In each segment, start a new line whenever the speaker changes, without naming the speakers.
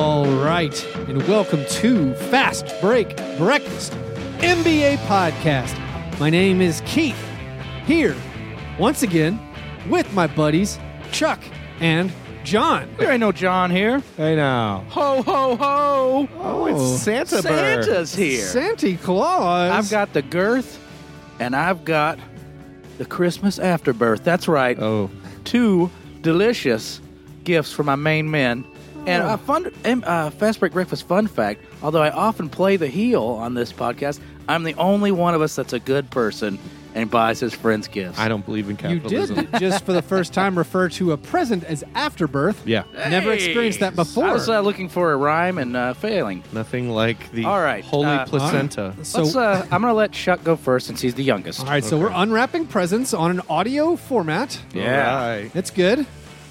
right, and welcome to Fast Break Breakfast NBA Podcast. My name is Keith, here once again with my buddies Chuck and John.
There ain't no John here.
Hey now.
Ho ho ho!
Oh, it's Santa Bird.
Santa's here.
Santa Claus.
I've got the girth, and I've got the Christmas afterbirth. That's right.
Oh,
Two delicious gifts for my main men. And
Oh.
a fun um, uh, fast break breakfast fun fact. Although I often play the heel on this podcast, I'm the only one of us that's a good person and buys his friends gifts.
I don't believe in
you
capitalism.
did just for the first time refer to a present as afterbirth.
Yeah.
Never experienced that before.
I was uh, looking for a rhyme and uh, failing.
Nothing like the
All right,
holy
uh,
placenta.
So,
Let's, uh, I'm going to let Chuck go first since he's the youngest.
all right, so we're unwrapping presents on an audio format.
Yeah. Uh,
All right.
That's good.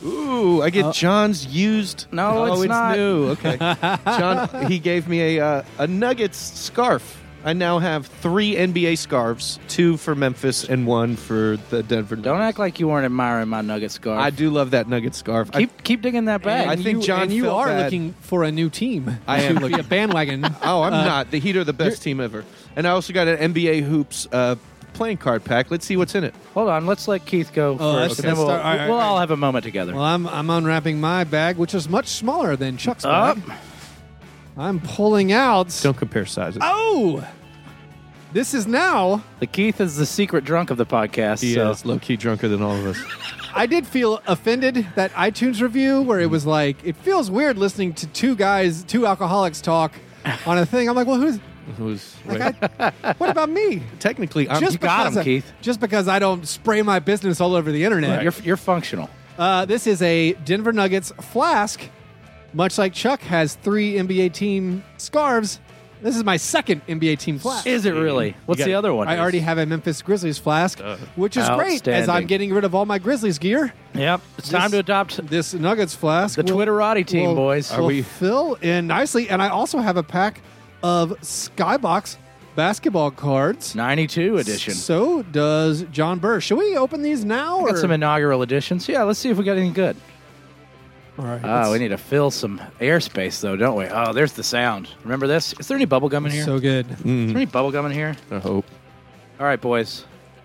Ooh, I get John's used.
No,
oh,
it's not.
new. Okay. John, he gave me a uh, a Nuggets scarf. I now have three NBA scarves, two for Memphis and one for the Denver.
Don't
Nuggets.
act like you weren't admiring my nugget scarf.
I do love that Nugget scarf. I-
Keep keep digging that bag.
I
And
think
you,
John
and you
felt
are
bad.
looking for a new team.
I am
to be
looking-
a bandwagon.
Oh, I'm
Uh,
not. The Heat are the best team ever. And I also got an NBA hoops uh, playing card pack. Let's see what's in it.
Hold on, let's let Keith go
Oh,
first.
that's-
and then
that's
we'll,
the- all right,
we'll
all right.
all have a moment together.
well, I'm I'm unwrapping my bag, which is much smaller than Chuck's
Up.
bag. I'm pulling out.
Don't compare sizes.
Oh, this is now.
The Keith is the secret drunk of the podcast.
He uh,
so.
is low key drunker than all of us.
I did feel offended that iTunes review where it was like, it feels weird listening to two guys, two alcoholics talk on a thing. I'm like, well, who's?
Who's
Like, I, what about me?
technically?
Um,
I'm
you got
because
him,
I-
Keith.
Just because I don't spray my business all over the internet.
You're, you're functional.
Uh, this is a Denver Nuggets flask. Much like Chuck has three NBA team scarves, this is my second NBA team flask.
Is it really? What's
got-
the other one?
I already have a Memphis Grizzlies flask, which is great as
Uh, Outstanding.
I'm getting rid of all my Grizzlies gear.
Yep. It's time to adopt
This Nuggets flask.
the Twitterati team, boys.
Are
will
we-
fill in nicely, and I also have a pack of Skybox basketball cards.
92 edition.
So does John Burr. Should we open these now? Or?
got some inaugural editions. Yeah, let's see if we got anything good.
All right.
Oh, we need to fill some airspace, though, don't we? Oh, there's the sound. Remember this? Is there any bubble gum in here?
so good.
Is there any bubble gum in here?
I hope.
All right, boys.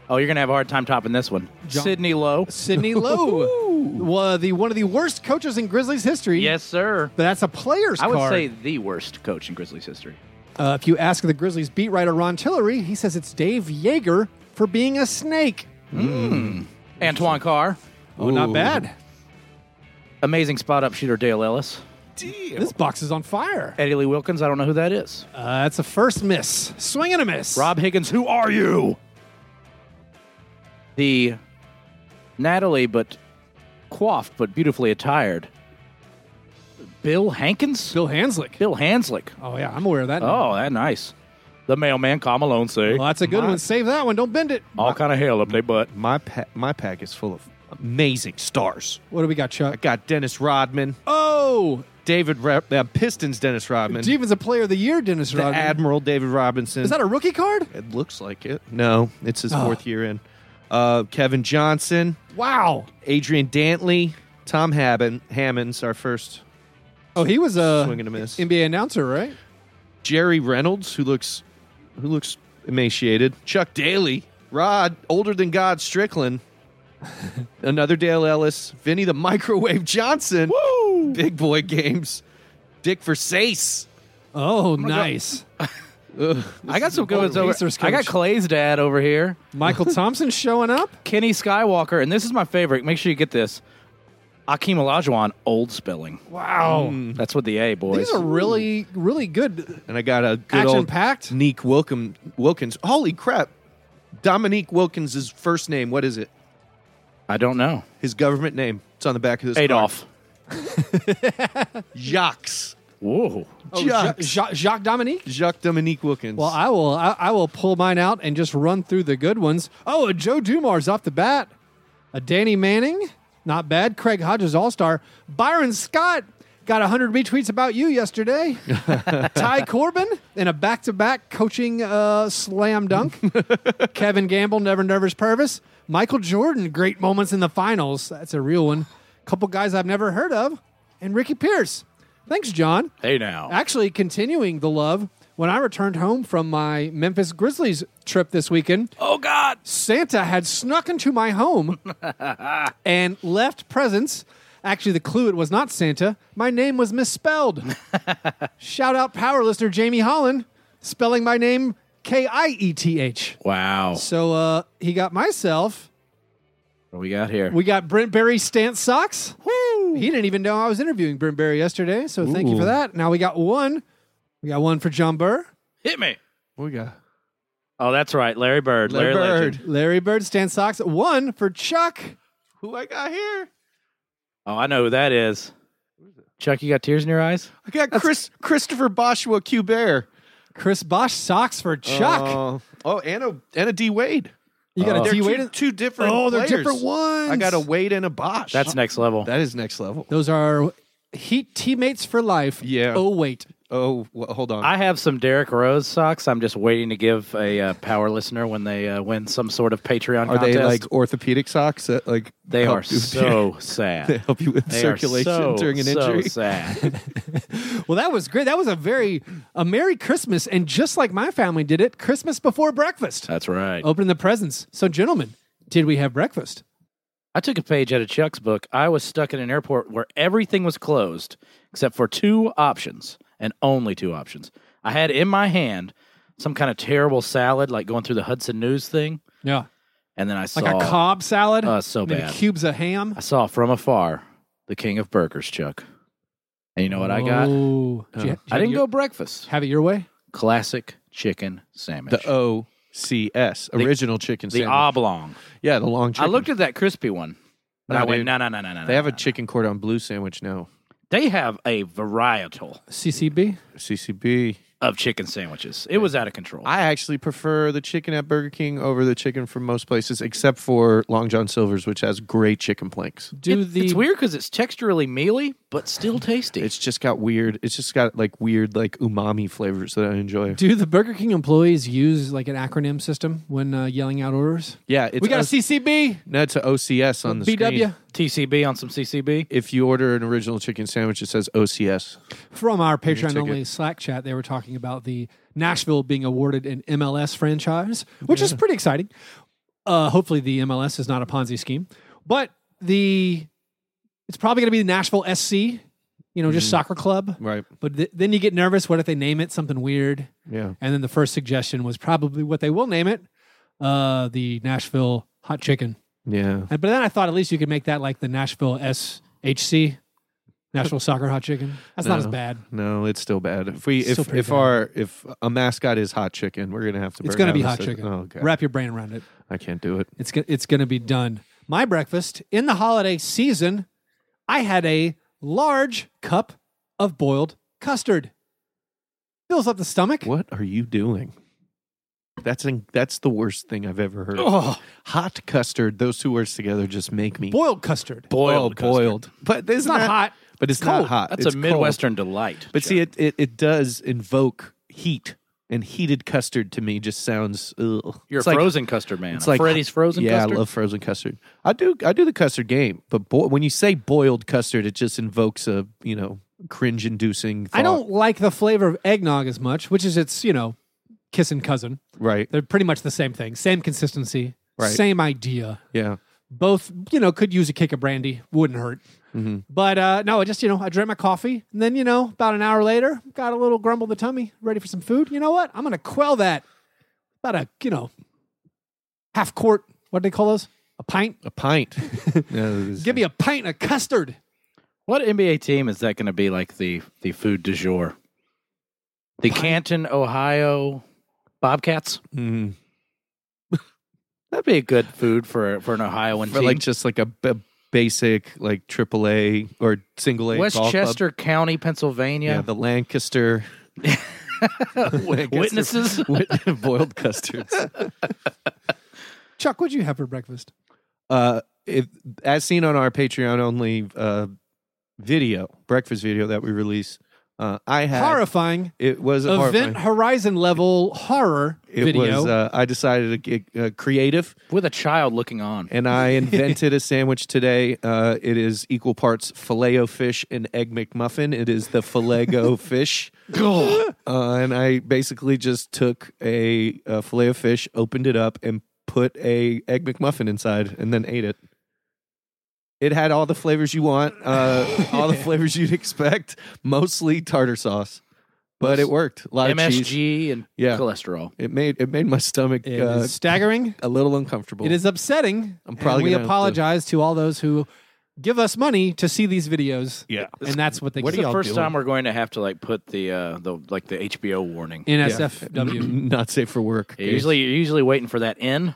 Oh, you're gonna have a hard time topping this one.
John-
Sydney Lowe.
Sidney Lowe was the one of the worst coaches in Grizzlies history.
Yes, sir.
But that's a player's
I would
card.
say the worst coach in Grizzlies history.
Uh, if you ask the Grizzlies beat writer Ron Tillery, he says it's Dave Yeager for being a snake.
Antoine Carr.
Oh, not
Ooh.
bad.
Amazing spot up shooter Dale Ellis.
This box is on fire.
Eddie Lee Wilkins. I don't know who that is.
Uh, that's a first miss. Swing and a miss.
Rob Higgins. Who are you? The Natalie, but coiffed but beautifully attired. Bill Hankins.
Bill Hanslick.
Bill Hanslick.
Oh, yeah, I'm aware of that.
Oh, that nice. The mailman, Carl Malone, say.
Well, that's a good
My-
one. Save that one. Don't bend it.
All kind of hell up their butt.
My pa- my pack is full of amazing stars.
What do we got,
I
Chuck?
got Dennis Rodman,
Oh,
David Re- uh, Pistons Dennis Rodman,
Defensive Player of the Year, Dennis
the
Rodman.
Admiral David Robinson.
is that a Ah. rookie card?
it looks like it. No, it's his fourth year in. Uh, Kevin Johnson,
Wow.
Adrian Dantley, Tom Hammond, Hammonds, our first
Oh, he was a
Swing and a miss.
NBA announcer, right?
Jerry Reynolds, who looks who looks emaciated. Chuck Daly, Rod, older than God Strickland. Another Dale Ellis, Vinny the Microwave Johnson, Woo! Big Boy Games, Dick Versace.
Oh, nice.
I got some good
Boy,
ones over.
Pacers
I got
coach.
Clay's dad over here,
Michael Thompson showing up.
Kenny Skywalker, and this is my favorite. Make sure you get this. Akeem Olajuwon, old spelling.
Wow.
That's what the A boys.
These are really, really good.
And I got a good old
Action-packed?
Neek Wilkin, Wilkins. Holy crap. Dominique Wilkins' first name. What is it?
I don't know.
His government name. It's on the back of this.
Adolf.
Card. Jacques.
Whoa.
Oh, Ja-
Jacques.
Ja- Jacques Dominique.
Jacques Dominique Wilkins.
Well, I will. I, I will pull mine out and just run through the good ones. Oh, a Joe Dumars off the bat. A Danny Manning, not bad. Craig Hodges All Star. Byron Scott got hundred retweets about you yesterday. Ty Corbin in a back to back coaching uh, slam dunk. Kevin Gamble, never nervous Purvis. Michael Jordan, great moments in the finals. That's a real one. Couple guys I've never heard of, and Ricky Pierce. Thanks, John.
Hey now.
Actually, continuing the love, when I returned home from my Memphis Grizzlies trip this weekend,
oh God.
Santa had snuck into my home and left presents. Actually, the clue it was not Santa. My name was misspelled. Shout out power listener Jamie Holland, spelling my name K I E T H.
Wow.
So uh, he got myself.
What do we got here?
We got Brent Berry stance socks. He didn't even know I was interviewing Brent Berry yesterday, so thank you
Ooh.
for that. Now we got one. We got one for John Burr.
Hit me.
We got
Oh, that's right, Larry Bird. Larry,
Larry
Legend.
Bird.
Larry Bird stance socks. One for Chuck.
Who I got here?
Oh, I know who that is. Chuck, you got tears in your eyes?
I got Chris Christopher Boshua Cubair.
Chris Bosch socks for Chuck.
Oh, oh, and a and a D Wade.
you got
Oh.
a
They're
D
two,
Wade. in-
two different.
Oh, they're
players.
different ones.
I got a Wade and a Bosch.
That's next level.
that is next level.
Those are Heat teammates for life.
Yeah.
Oh wait,
Oh, wh- hold on.
I have some Derrick Rose socks. I'm just waiting to give a uh, power listener when they uh, win some sort of Patreon
are
contest.
they like orthopedic socks that like
They
help
are
you-
so
they
sad.
help you with
They are
circulation
so,
during an
so
injury?
sad.
well that was great. That was a very a Merry Christmas, and just like my family did it, Christmas before breakfast,
That's right.
opening the presents. So, gentlemen, did we have breakfast?
I took a page out of Chuck's book. I was stuck in an airport where everything was closed except for two options and only two options. I had in my hand some kind of terrible salad, like going through the Hudson News thing,
Yeah,
and then I saw
like a Cobb salad.
Uh, so
maybe
bad.
cubes of ham.
I saw from afar the king of burgers, Chuck. And you know what I got? Uh,
Oh, Did you- did you
I didn't
have
go breakfast.
your- Have it your way.
Classic chicken sandwich.
The O C S original chicken
The
sandwich.
oblong.
yeah, the long chicken.
I looked at that crispy one. But
No,
I went,
dude.
no, no, no, no, no.
They have
no,
a
no.
chicken cordon bleu sandwich now.
They have a varietal
CCB.
CCB.
of chicken sandwiches. It was out of control.
I actually prefer the chicken at Burger King over the chicken from most places, except for Long John Silver's, which has great chicken planks.
Do
It-
the
it's weird because it's texturally mealy, but still tasty.
It's just got weird. It's just got like weird, like umami flavors that I enjoy.
do the Burger King employees use like an acronym system when uh, yelling out orders?
Yeah, it's
we got
O-
a CCB,
no, it's a OCS on the
BW
screen.
TCB on some CCB.
If you order an original chicken sandwich, it says OCS.
from our Patreon
ticket.
only Slack chat. They were talking about the Nashville being awarded an MLS franchise, which is pretty exciting. Uh, hopefully, the MLS is not a Ponzi scheme, but the it's probably going to be the Nashville SC, you know,
Mm-hmm.
just soccer club.
Right.
But th- then you get nervous. What if they name it something weird?
Yeah.
And then the first suggestion was probably what they will name it, uh, the Nashville Hot Chicken.
Yeah.
And- But then I thought at least you could make that like the Nashville SHC, Nashville Soccer Hot Chicken. That's not as
No.
bad.
No, it's still bad. If we
Still
if
pretty
if
bad.
our if a mascot is hot chicken, we're gonna have to.
It's
burn
going to be
down
hot
this-
chicken.
Oh god,
Wrap your brain around it.
I can't do it.
It's go- it's going to be done. My breakfast in the holiday season, I had a large cup of boiled custard. Fills up the stomach.
What are you doing? That's in, that's the worst thing I've ever heard.
Oh,
Hot custard. Those two words together just make me
boiled custard.
Boiled.
Oh,
custard.
boiled. But it's
It's not hot.
But it's,
cold.
not hot.
That's
It's
a
cold.
Midwestern delight.
But see, it, it it does invoke heat, and heated custard to me just sounds. Ugh.
you're
It's
a
like-
frozen custard man.
it's
A
like
Freddy's frozen
yeah,
custard.
I love frozen custard. I do I do the custard game, but boy, when you say boiled custard, it just invokes a you know cringe inducing.
I don't like the flavor of eggnog as much, which is its you know, kissing cousin.
right.
They're pretty much the same thing, same consistency,
Right.
same idea.
Yeah,
Both, you know, could use a kick of brandy, wouldn't hurt.
Mm-hmm.
But uh, no, I just, you know, I drank my coffee. And then, you know, about an hour later, got a little grumble in the tummy, ready for some food. You know what? I'm going to quell that. About a, you know, half quart, what do they call those? A pint?
a pint. Yeah,
Give me a pint of custard.
what NBA team is that going to be like the the food du jour? The Canton, Ohio Bobcats.
Mm.
That'd be a good food for for an Ohioan
for
team.
like just like a b- basic like triple A or single A. golf club.
Westchester County,
Yeah.
Pennsylvania.
the Lancaster. Lancaster-
Witnesses.
Wit- boiled custards.
Chuck, what'd you have for breakfast?
uh, if, as seen on our Patreon only uh, video, breakfast video that we release, Uh, I had
horrifying
It was
event
horrifying.
horizon level horror
It
video.
was. Uh, I decided to get uh, creative,
with a child looking on.
and I invented a sandwich today. Uh, it is equal parts filet o fish and egg McMuffin. It is the filet o fish.
Ugh.
Uh, and I basically just took a, a fillet of fish, opened it up, and put a egg McMuffin inside, and then ate it. It had all the flavors you want, uh, all the flavors you'd expect, mostly tartar sauce, but it worked. A lot of cheese.
MSG and
Yeah.
cholesterol.
It made it made my stomach
It
uh,
is staggering.
a little uncomfortable.
It is upsetting.
I'm
and
probably
we
gonna have to-
apologize to all those who give us money to see these videos.
Yeah.
and that's what they
What
get.
are
It's the
y'all
first
doing?
time we're going to have to like put the uh the like the HBO warning.
NSFW.
not safe for work.
You're usually you're usually waiting for that in,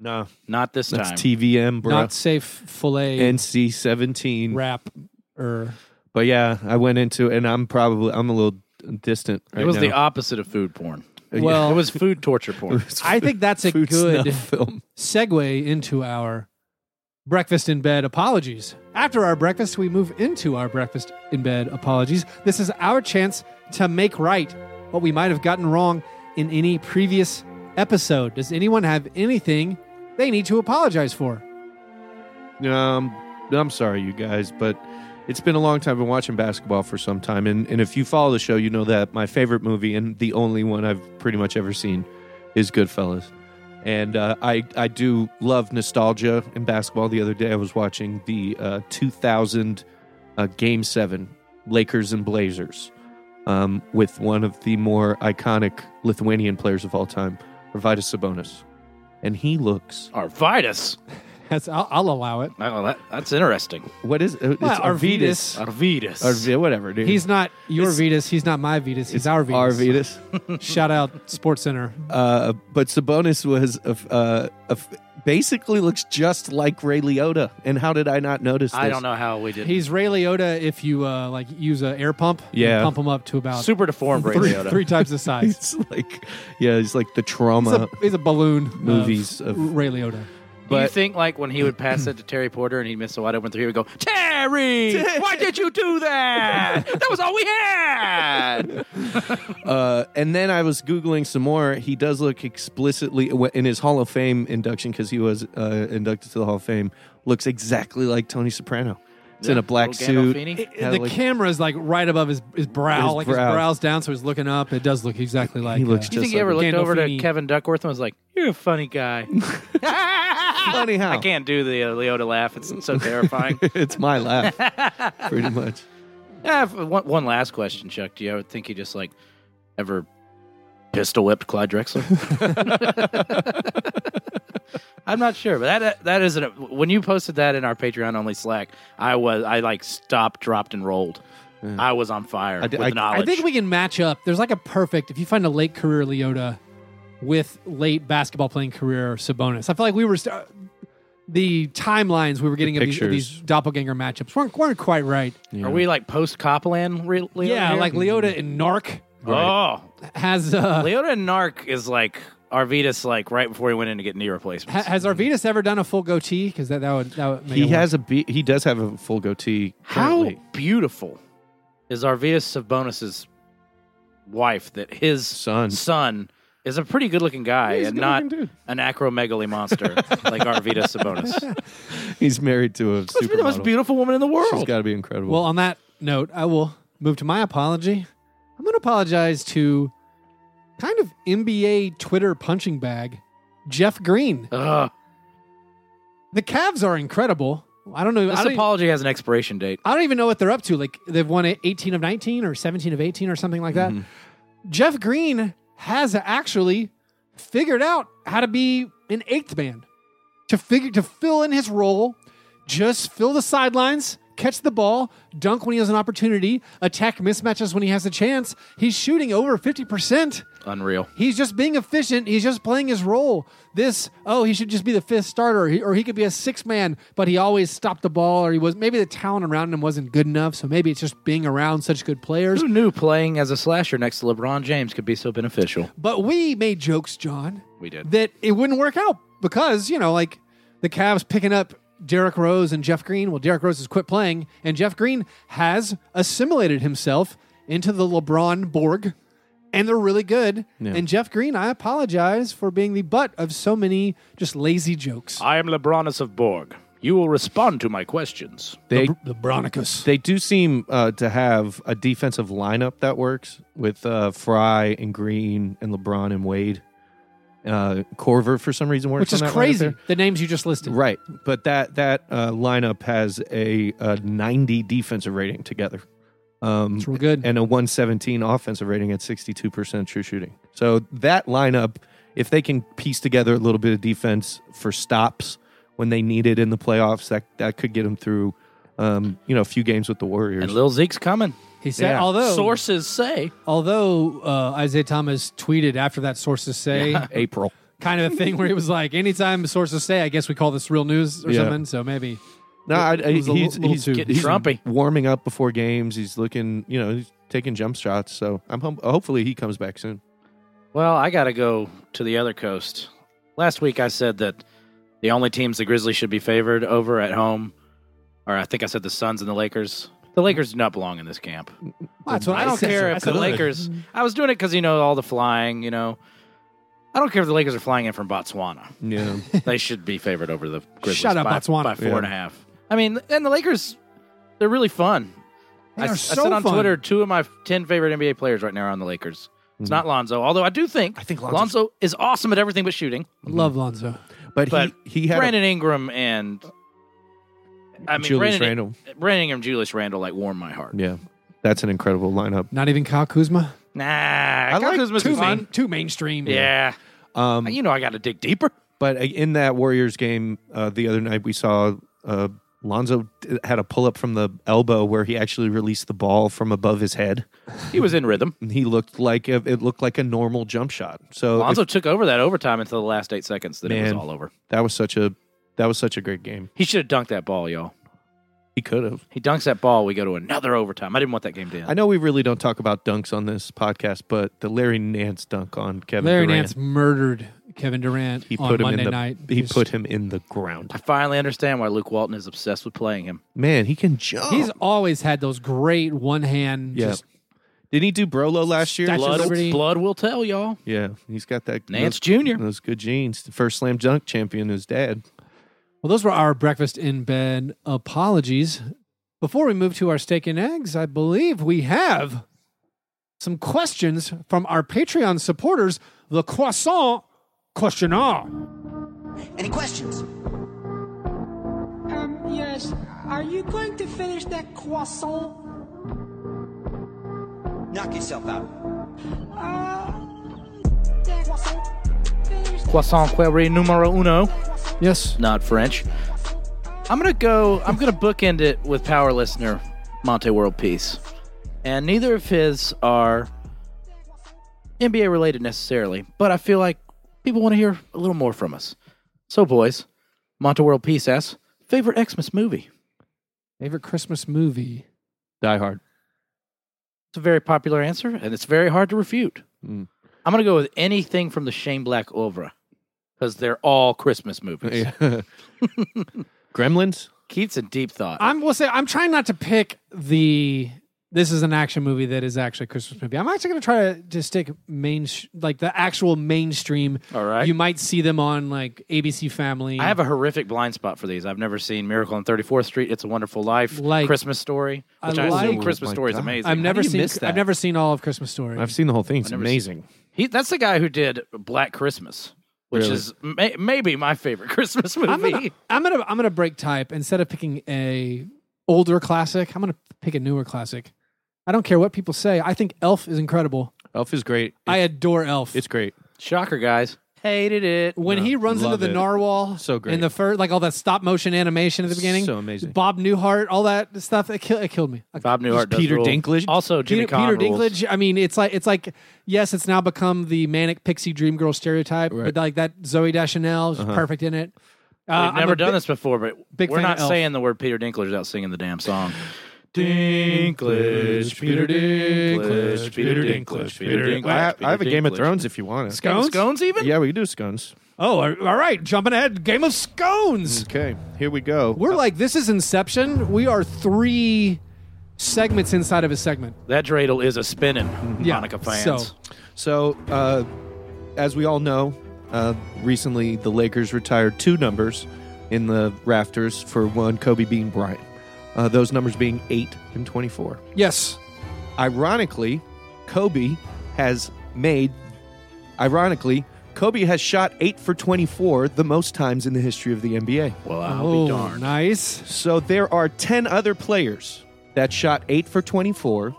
no,
not this
that's
time.
TVM, bro.
Not safe fillet
NC seventeen.
wrap or
But yeah, I went into, and I'm probably I'm a little distant. Right
it was
now.
the opposite of food porn.
well
it was food torture porn.
I think that's a
food
good
snuff film.
segue into our breakfast in bed apologies. After our breakfast, we move into our breakfast in bed apologies. This is our chance to make right what we might have gotten wrong in any previous episode. Does anyone have anything they need to apologize for?
Um, I'm sorry, you guys, but it's been a long time. I've been watching basketball for some time, and, and if you follow the show, you know that my favorite movie and the only one I've pretty much ever seen is Goodfellas. And uh, I I do love nostalgia in basketball. The other day, I was watching the uh, 2000 uh, Game Seven Lakers and Blazers um, with one of the more iconic Lithuanian players of all time, Arvydas Sabonis, and he looks
Arvidas.
That's, I'll, I'll allow it.
Oh, that, that's interesting.
what is uh, it?
Well,
Arvydas.
Arvidas.
Or vi- whatever, dude.
He's not your Vetus. He's not my Vetus. He's our
our
Vetus.
Vetus.
Shout out Sports Center.
Uh, but Sabonis was a, f- uh, a f- basically looks just like Ray Liotta. And how did I not notice this?
I don't know how we did.
He's Ray Liotta if you uh, like use a air pump. and
Yeah.
pump him up to about
super deformed Ray
three,
Liotta.
three times the size.
It's like, yeah, it's like the
he's, a,
trauma.
he's a balloon.
Movies
of,
of-
Ray Liotta.
Do you
but-
think like when he would pass it to Terry Porter and he'd miss a wide open three, he would go, Terry, why did you do that? That was all we had.
uh, and then I was Googling some more. He does look explicitly in his Hall of Fame induction because he was uh, inducted to the Hall of Fame, looks exactly like Tony Soprano. It's in
Yeah,
a black
little
suit.
Gandolfini.
It-
had,
the
like-
camera's like right above his, his brow,
His
like his
brow.
brow's down, so he's looking up. It does look exactly like.
looks
uh,
Do you think
Just
he ever
like
looked over to
Gandolfini.
Kevin Duckworth and was like, "You're a funny guy." funny
how?
I can't do the uh, Leota laugh. It's so terrifying.
it's my laugh, pretty much.
Ah, f- one, one last question, Chuck. Do you ever think he just like ever pistol whipped Clyde Drexler? I'm not sure, but that that- that isn't. When you posted that in our Patreon only Slack, I was I like stopped, dropped, and rolled. I was on fire
I d-
with
I-
knowledge.
I think we can match up. There's like a perfect if you find a late career Leota with late basketball playing career Sabonis. I feel like we were st- uh, the timelines we were getting of these, of these
pictures.
doppelganger matchups weren't weren't quite right.
are we like post Copland? Re- Leota
yeah,
here?
like Leota and Narc
oh,
has uh,
Leota and Narc is like Arvidas, like right before he went in to get knee
ha-
replacements.
has Arvidas ever done a full goatee? Because that that would that would make
He
it work.
has a be- he does have a full goatee.
How
currently.
beautiful is Arvidas Sabonis's wife that his
Son.
son is a pretty good looking guy
he's a
and not
good-looking dude.
an acromegaly monster like Arvidas Sabonis. Must
He's married to a
be the most
supermodel.
beautiful woman in the
She's
world.
got to be incredible.
Well, on that note, I will move to my apology. I'm going to apologize to kind of NBA Twitter punching bag, Jeff Green.
Ugh.
The Cavs are incredible. I don't know. I
this
don't,
apology has an expiration date.
I don't even know what they're up to. Like they've won it 18 of 19 or 17 of 18 or something like that. Jeff Green has actually figured out how to be an eighth man to figure to fill in his role, just fill the sidelines, catch the ball, dunk when he has an opportunity, attack mismatches when he has a chance. He's shooting over 50%.
Unreal.
He's just being efficient. He's just playing his role. This, oh, he should just be the fifth starter, or he, or he could be a six man, but he always stopped the ball, or he was maybe the talent around him wasn't good enough. So maybe it's just being around such good players.
Who knew playing as a slasher next to LeBron James could be so beneficial?
But we made jokes, John,
We did.
that it wouldn't work out because you know, like the Cavs picking up Derrick Rose and Jeff Green. Well, Derrick Rose has quit playing, and Jeff Green has assimilated himself into the LeBron Borg, and they're really good.
Yeah.
And Jeff Green, I apologize for being the butt of so many just lazy jokes.
I am Lebronus of Borg. You will respond to my questions.
They
the, Bronicus.
they do seem uh, to have a defensive lineup that works with uh, Fry and Green and LeBron and Wade. Uh, Corver for some reason works,
which is
on that lineup
crazy.
there.
The names you just listed.
right? But that that uh, lineup has a, a 90 defensive rating together. Um,
It's real good.
and a 117 offensive rating at 62% true shooting. So that lineup, if they can piece together a little bit of defense for stops when they need it in the playoffs, that that could get them through, um, you know, a few games with the Warriors.
And Lil Zeke's coming.
he said,
Yeah.
although
Sources say.
although uh, Isaiah Thomas tweeted after that sources say
April.
kind of a thing where he was like, anytime sources say, I guess we call this real news or
Yeah.
something. So maybe
No, I, I-
It was
he's,
a li- little
he's,
too-
Getting
he's
Trumpy.
warming up before games. He's looking, you know, he's taking jump shots. So I'm hum- hopefully he comes back soon.
Well, I got to go to the other coast. Last week I said that the only teams the Grizzlies should be favored over at home, or I think I said the Suns and the Lakers. The Lakers do not belong in this camp.
Well, that's what
I
I,
don't
said.
care
I
if
said
the
that.
Lakers. I was doing it because you know all the flying. You know, I don't care if the Lakers are flying in from Botswana.
Yeah.
they should be favored over the Grizzlies.
Shut up,
by,
Botswana.
by four
Yeah.
and a half. I mean, and the Lakers, they're really fun.
They
I,
are
I
so
said on
fun.
Twitter, two of my ten favorite NBA players right now are on the Lakers.
Mm-hmm.
It's not Lonzo, although I do think I
think Lonzo's-
Lonzo is awesome at everything but shooting.
I Love Lonzo.
But,
But
he, he had a-
Brandon Ingram and I mean
Julius
Brandon,
Randle.
Brandon Ingram, Julius Randle, like warm my heart.
yeah, that's an incredible lineup.
Not even Kyle Kuzma.
Nah, I
like
Too, main, too mainstream.
Yeah,
Um,
you know I got to dig deeper.
But uh, in that Warriors game uh, the other night, we saw uh, Lonzo d- had a pull up from the elbow where he actually released the ball from above his head.
He was in rhythm.
And he looked like a, it looked like a normal jump shot. So
Lonzo
if-
took over that overtime until the last eight seconds. Then it was
Man.
all over.
that was such a that was such a great game.
He should have dunked that ball, y'all.
He could have.
He dunks that ball. We go to another overtime. I didn't want that game to end.
I know we really don't talk about dunks on this podcast, but the Larry Nance dunk on Kevin
Larry
Durant,
Nance murdered Kevin Durant
he
on
put him
Monday
in the
night.
he
Just-
put him in the ground.
I finally understand why Luke Walton is obsessed with playing him.
Man, he can jump.
He's always had those great one hand.
yeah.
Just,
Didn't he do Brolo last year?
Statue of
Blood,
Liberty.
blood will tell, y'all.
Yeah, he's got that
Nance
those-
Jr..
Those good genes. The first slam dunk champion is dad.
well, those were our breakfast in bed apologies. Before we move to our steak and eggs, I believe we have some questions from our Patreon supporters, the Croissant Questionnaire.
Any questions?
Um, yes. Are you going to finish that croissant?
Knock yourself out.
Uh, that croissant. Finish that
Croissant Query numero uno.
Yes.
Not French. I'm gonna go. I'm gonna bookend it with power listener Monte World Peace, and neither of his are NBA related necessarily, but I feel like people want to hear a little more from us. So, boys, Monte World Peace asks favorite Xmas movie.
Favorite Christmas movie?
Die Hard.
It's a very popular answer, and it's very hard to refute.
Mm.
I'm going to go with anything from the Shane Black Ovra because they're all Christmas movies.
Gremlins.
Keith's in deep thought.
I'm will say I'm trying not to pick the. This is an action movie that is actually a Christmas movie. I'm actually going to try to just stick main like the actual mainstream.
All right.
You might see them on like ABC Family.
I have a horrific blind spot for these. I've never seen Miracle on 34th Street, It's a Wonderful Life,
Like-
Christmas Story,
I
which I, assume
like-
Christmas
Oh my
Story is
God.
amazing.
I've
How
never
do you
seen.
miss that?
I've never seen all of Christmas Story.
I've seen the whole thing. It's
never seen-
amazing.
He, that's the guy who did Black Christmas, which
Really?
is may, maybe my favorite Christmas movie.
I'm gonna, I'm gonna I'm gonna break type instead of picking a older classic. I'm gonna pick a newer classic. I don't care what people say. I think Elf is incredible.
Elf is great. It's,
I adore Elf.
it's great.
Shocker, guys. Hated it.
when
No,
he runs into
love
the
it.
narwhal
So
in
great.
the first like all that stop motion animation at the beginning
So amazing.
bob newhart all that stuff it, kill, it killed me
Bob Newhart does
Peter
rule.
Dinklage.
Also, Jimmy
peter,
Caan
peter
rules.
dinklage i mean it's like it's like yes it's now become the manic pixie dream girl stereotype
Right.
but like that zoe deschanel is perfect in it uh,
We've
I'm
never
a
done
bi-
this before, but
big
we're
fan of
not
Elf.
saying the word Peter Dinklage without singing the damn song. Dinklage, Peter Dinklage, Peter Dinklage, Peter Dinklage.
I have, I have a Game of
Dinklage.
Thrones if you want it.
Scones?
Scones even?
Yeah, we can do scones.
oh all all right jumping ahead game of scones
Mm. Okay, here we go.
we're like this is inception we are three segments inside of a segment.
That dreidel is a spinning,
Yeah,
Monica fans.
so-
So, uh, as we all know, uh, recently the Lakers retired two numbers in the rafters for one Kobe Bean Bryant. Uh, those numbers being eight and twenty-four.
Yes.
Ironically, Kobe has made. Ironically, Kobe has shot eight for twenty-four the most times in the history of the NBA.
well, I'll
oh,
be darned.
nice.
So there are ten other players that shot eight for twenty-four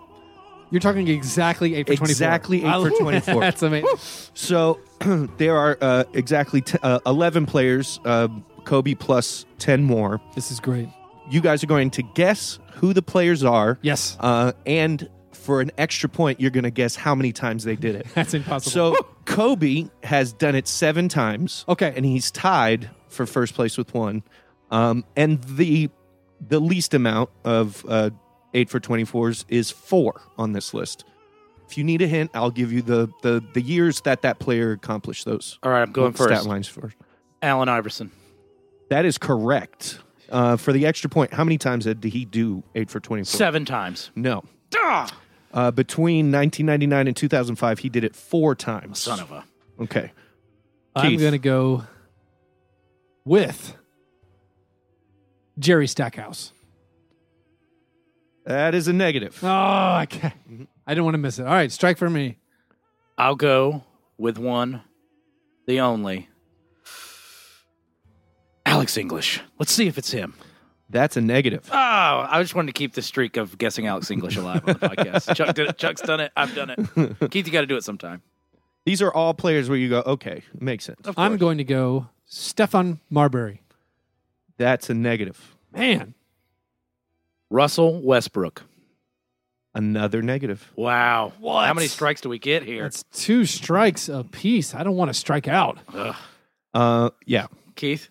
You're talking exactly eight for twenty-four.
Exactly eight for
I-
24.
That's amazing.
So there are uh, exactly t- uh, 11 players, uh, Kobe plus 10 more.
this is great.
You guys are going to guess who the players are.
Yes.
Uh, and for an extra point, you're going to guess how many times they did it.
That's impossible.
So Kobe has done it seven times.
Okay.
And he's tied for first place with one. Um, and the the least amount of uh, eight for 24s is four on this list. If you need a hint, I'll give you the the, the years that that player accomplished those.
All right, I'm going first.
Stat lines first.
Allen Iverson.
That is correct. Uh, for the extra point, how many times did he do eight for 24?
Seven times.
No. Uh, between 1999 and 2005, he did it four times.
Son of a.
Okay.
I'm
Keith.
going to go with Jerry Stackhouse.
That is a negative.
Oh, I can't. Mm-hmm. I didn't want to miss it. All right, strike for me.
I'll go with one, the only. Alex English. Let's see if it's him.
That's a negative.
Oh, I just wanted to keep the streak of guessing Alex English alive on the podcast. Chuck did it. Chuck's done it. I've done it. Keith, you got to do it sometime.
These are all players where you go, okay, it makes sense.
Of
I'm
course.
going to go Stefan Marbury.
That's a negative.
Man,
Russell Westbrook.
Another negative.
Wow. What? How many strikes do we get here?
that's two strikes apiece. I don't want to strike out.
Ugh.
Uh, yeah,
Keith,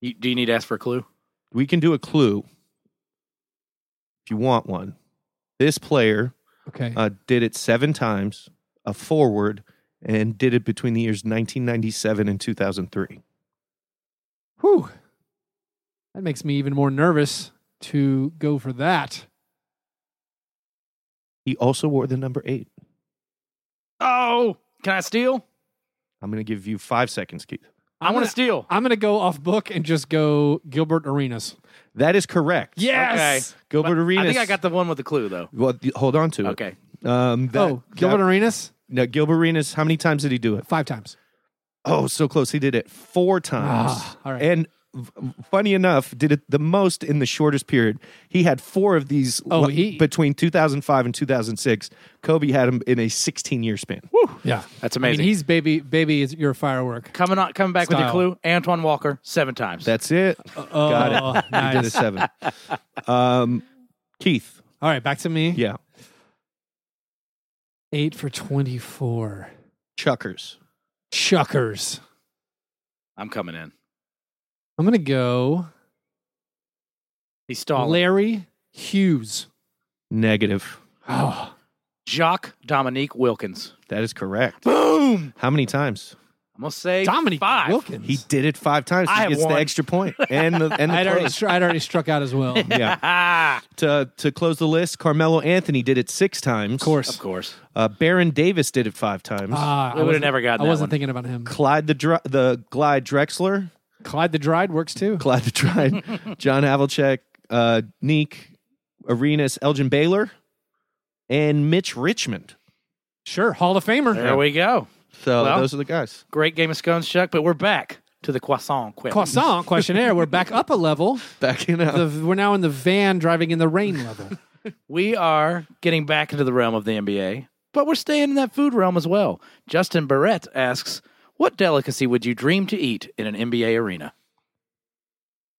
you, do you need to ask for a clue?
we can do a clue if you want one. This player
Okay.
uh, did it seven times, a forward, and did it between the years 1997 and 2003.
Whew. That makes me even more nervous to go for that.
He also wore the number eight.
Oh, can I steal?
I'm going to give you five seconds, Keith.
I want
gonna-
to steal.
I'm going to go off book and just go Gilbert Arenas.
That is correct.
Yes.
Gilbert Arenas.
I think I got the one with the clue, though.
Well, th- hold on to it.
Okay.
Um, that,
oh, Gilbert
that-
Arenas?
now, Gilbert Arenas, how many times did he do it?
Five times.
Oh, so close. He did it four times.
Ah, all right.
And f- funny enough, did it the most in the shortest period. He had four of these
Oh,
l-
he-
between 2005 and 2006. Kobe had him in a 16 year span.
Yeah.
That's
I mean,
amazing.
he's baby, baby, is your firework.
Coming on, coming back with a
Style.
clue. Antoine Walker seven times.
That's it. Got it.
Oh,
He did a
nice.
seven. um, Keith.
All right, back to me.
Yeah.
Eight for 24.
Chuckers.
Chuckers.
I'm coming in.
I'm going to go
He's stalling.
Larry Hughes.
Negative.
Oh,
Jacques Dominique Wilkins.
That is correct.
Boom.
How many times?
I'm gonna say
Dominic
five.
Wilkins.
He did it five times.
I
he
have
gets
one.
the extra point and the and the
I'd, already,
close.
str- I'd already struck out as well. Of
yeah.
Ah,
To to close the list, Carmelo Anthony did it six times. Of
course.
of course.
Uh, Baron Davis did it five times.
Ah, I
We would've
wasn't-
never gotten
I
that
wasn't
one.
thinking about him.
Clyde the Dr- the Glide Drexler,
Clyde the Dried works too.
Clyde the Dried, John Havlicek, uh, Neek Arenas, Elgin Baylor, and Mitch Richmond.
Sure, Hall of Famer.
There we go.
So
Well-
those are the guys.
Great game of scones, Chuck. But we're back to the croissant quick.
Croissant questionnaire. We're back up a level.
Back in uh, out.
The, we're now in the van driving in the rain level.
We are getting back into the realm of the NBA, but we're staying in that food realm as well. Justin Barrett asks, "What delicacy would you dream to eat in an NBA arena?"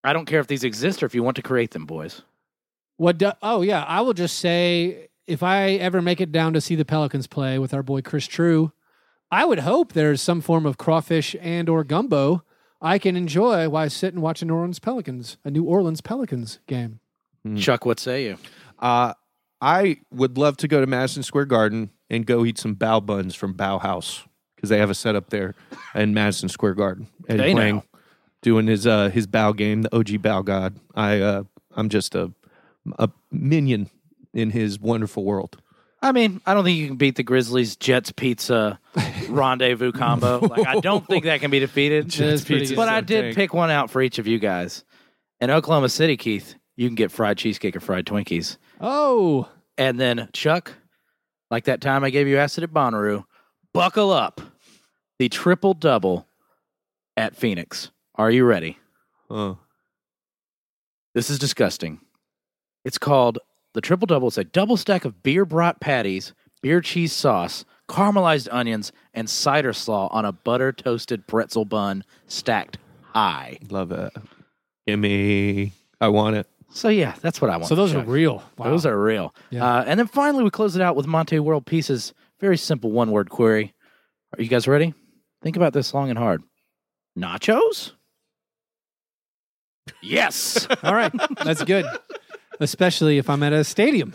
I don't care if these exist or if you want to create them, boys.
What? Do, oh yeah, I will just say if I ever make it down to see the Pelicans play with our boy Chris True, I would hope there's some form of crawfish and or gumbo I can enjoy while I sit and watch a New Orleans Pelicans, a New Orleans Pelicans game.
Chuck, what say you?
Uh, I would love to go to Madison Square Garden and go eat some bao buns from Bao House because they have a setup there in Madison Square Garden. And
They know.
doing his uh, his bao game, the OG bao god. I uh, I'm just a a minion in his wonderful world.
I mean, I don't think you can beat the Grizzlies Jets pizza rendezvous combo. Like, I don't think that can be defeated.
is pretty good.
but I
I
did
think.
pick one out for each of you guys. In Oklahoma City, Keith, you can get fried cheesecake or fried Twinkies.
Oh,
And then Chuck, like that time I gave you acid at Bonnaroo, buckle up. The triple double at Phoenix. Are you ready?
Oh.
This is disgusting. It's called the triple double. It's a double stack of beer brat patties, beer cheese sauce, caramelized onions, and cider slaw on a butter toasted pretzel bun stacked high.
Love it. Gimme. I want it.
So yeah, that's what I want.
so those
Chuck.
are real. Wow.
Those are real.
Yeah.
Uh, and then finally, we close it out with Monte World Pieces. Very simple one word query. Are you guys ready? Think about this long and hard. Nachos? Yes.
all right. That's good, especially if I'm at a stadium.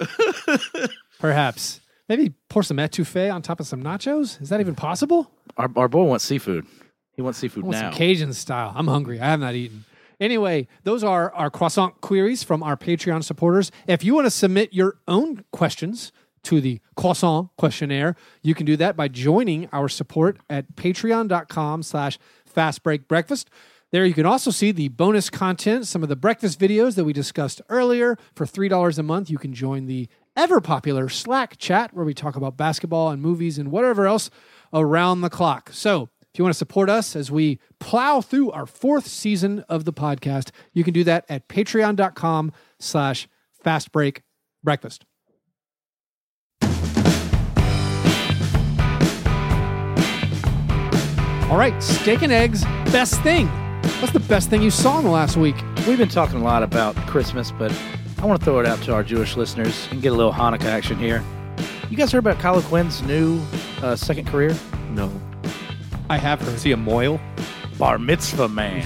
Perhaps maybe pour some etouffee on top of some nachos. Is that even possible?
our, our boy wants seafood. He wants seafood
I want
now.
some Cajun style. I'm hungry. I have not eaten. Anyway, those are our croissant queries from our Patreon supporters. If you want to submit your own questions to the croissant questionnaire, you can do that by joining our support at patreon.com slash fast break breakfast. There you can also see the bonus content, some of the breakfast videos that we discussed earlier. For $3 a month, you can join the ever popular Slack chat where we talk about basketball and movies and whatever else around the clock. So if you want to support us as we plow through our fourth season of the podcast, you can do that at patreon.com slash fast break breakfast. All right, steak and eggs, best thing. What's the best thing you saw in the last week?
We've been talking a lot about Christmas, but I want to throw it out to our Jewish listeners and get a little Hanukkah action here. You guys heard about Kylo Quinn's new uh, second career?
No.
I have heard.
See a moil?
Bar Mitzvah Man.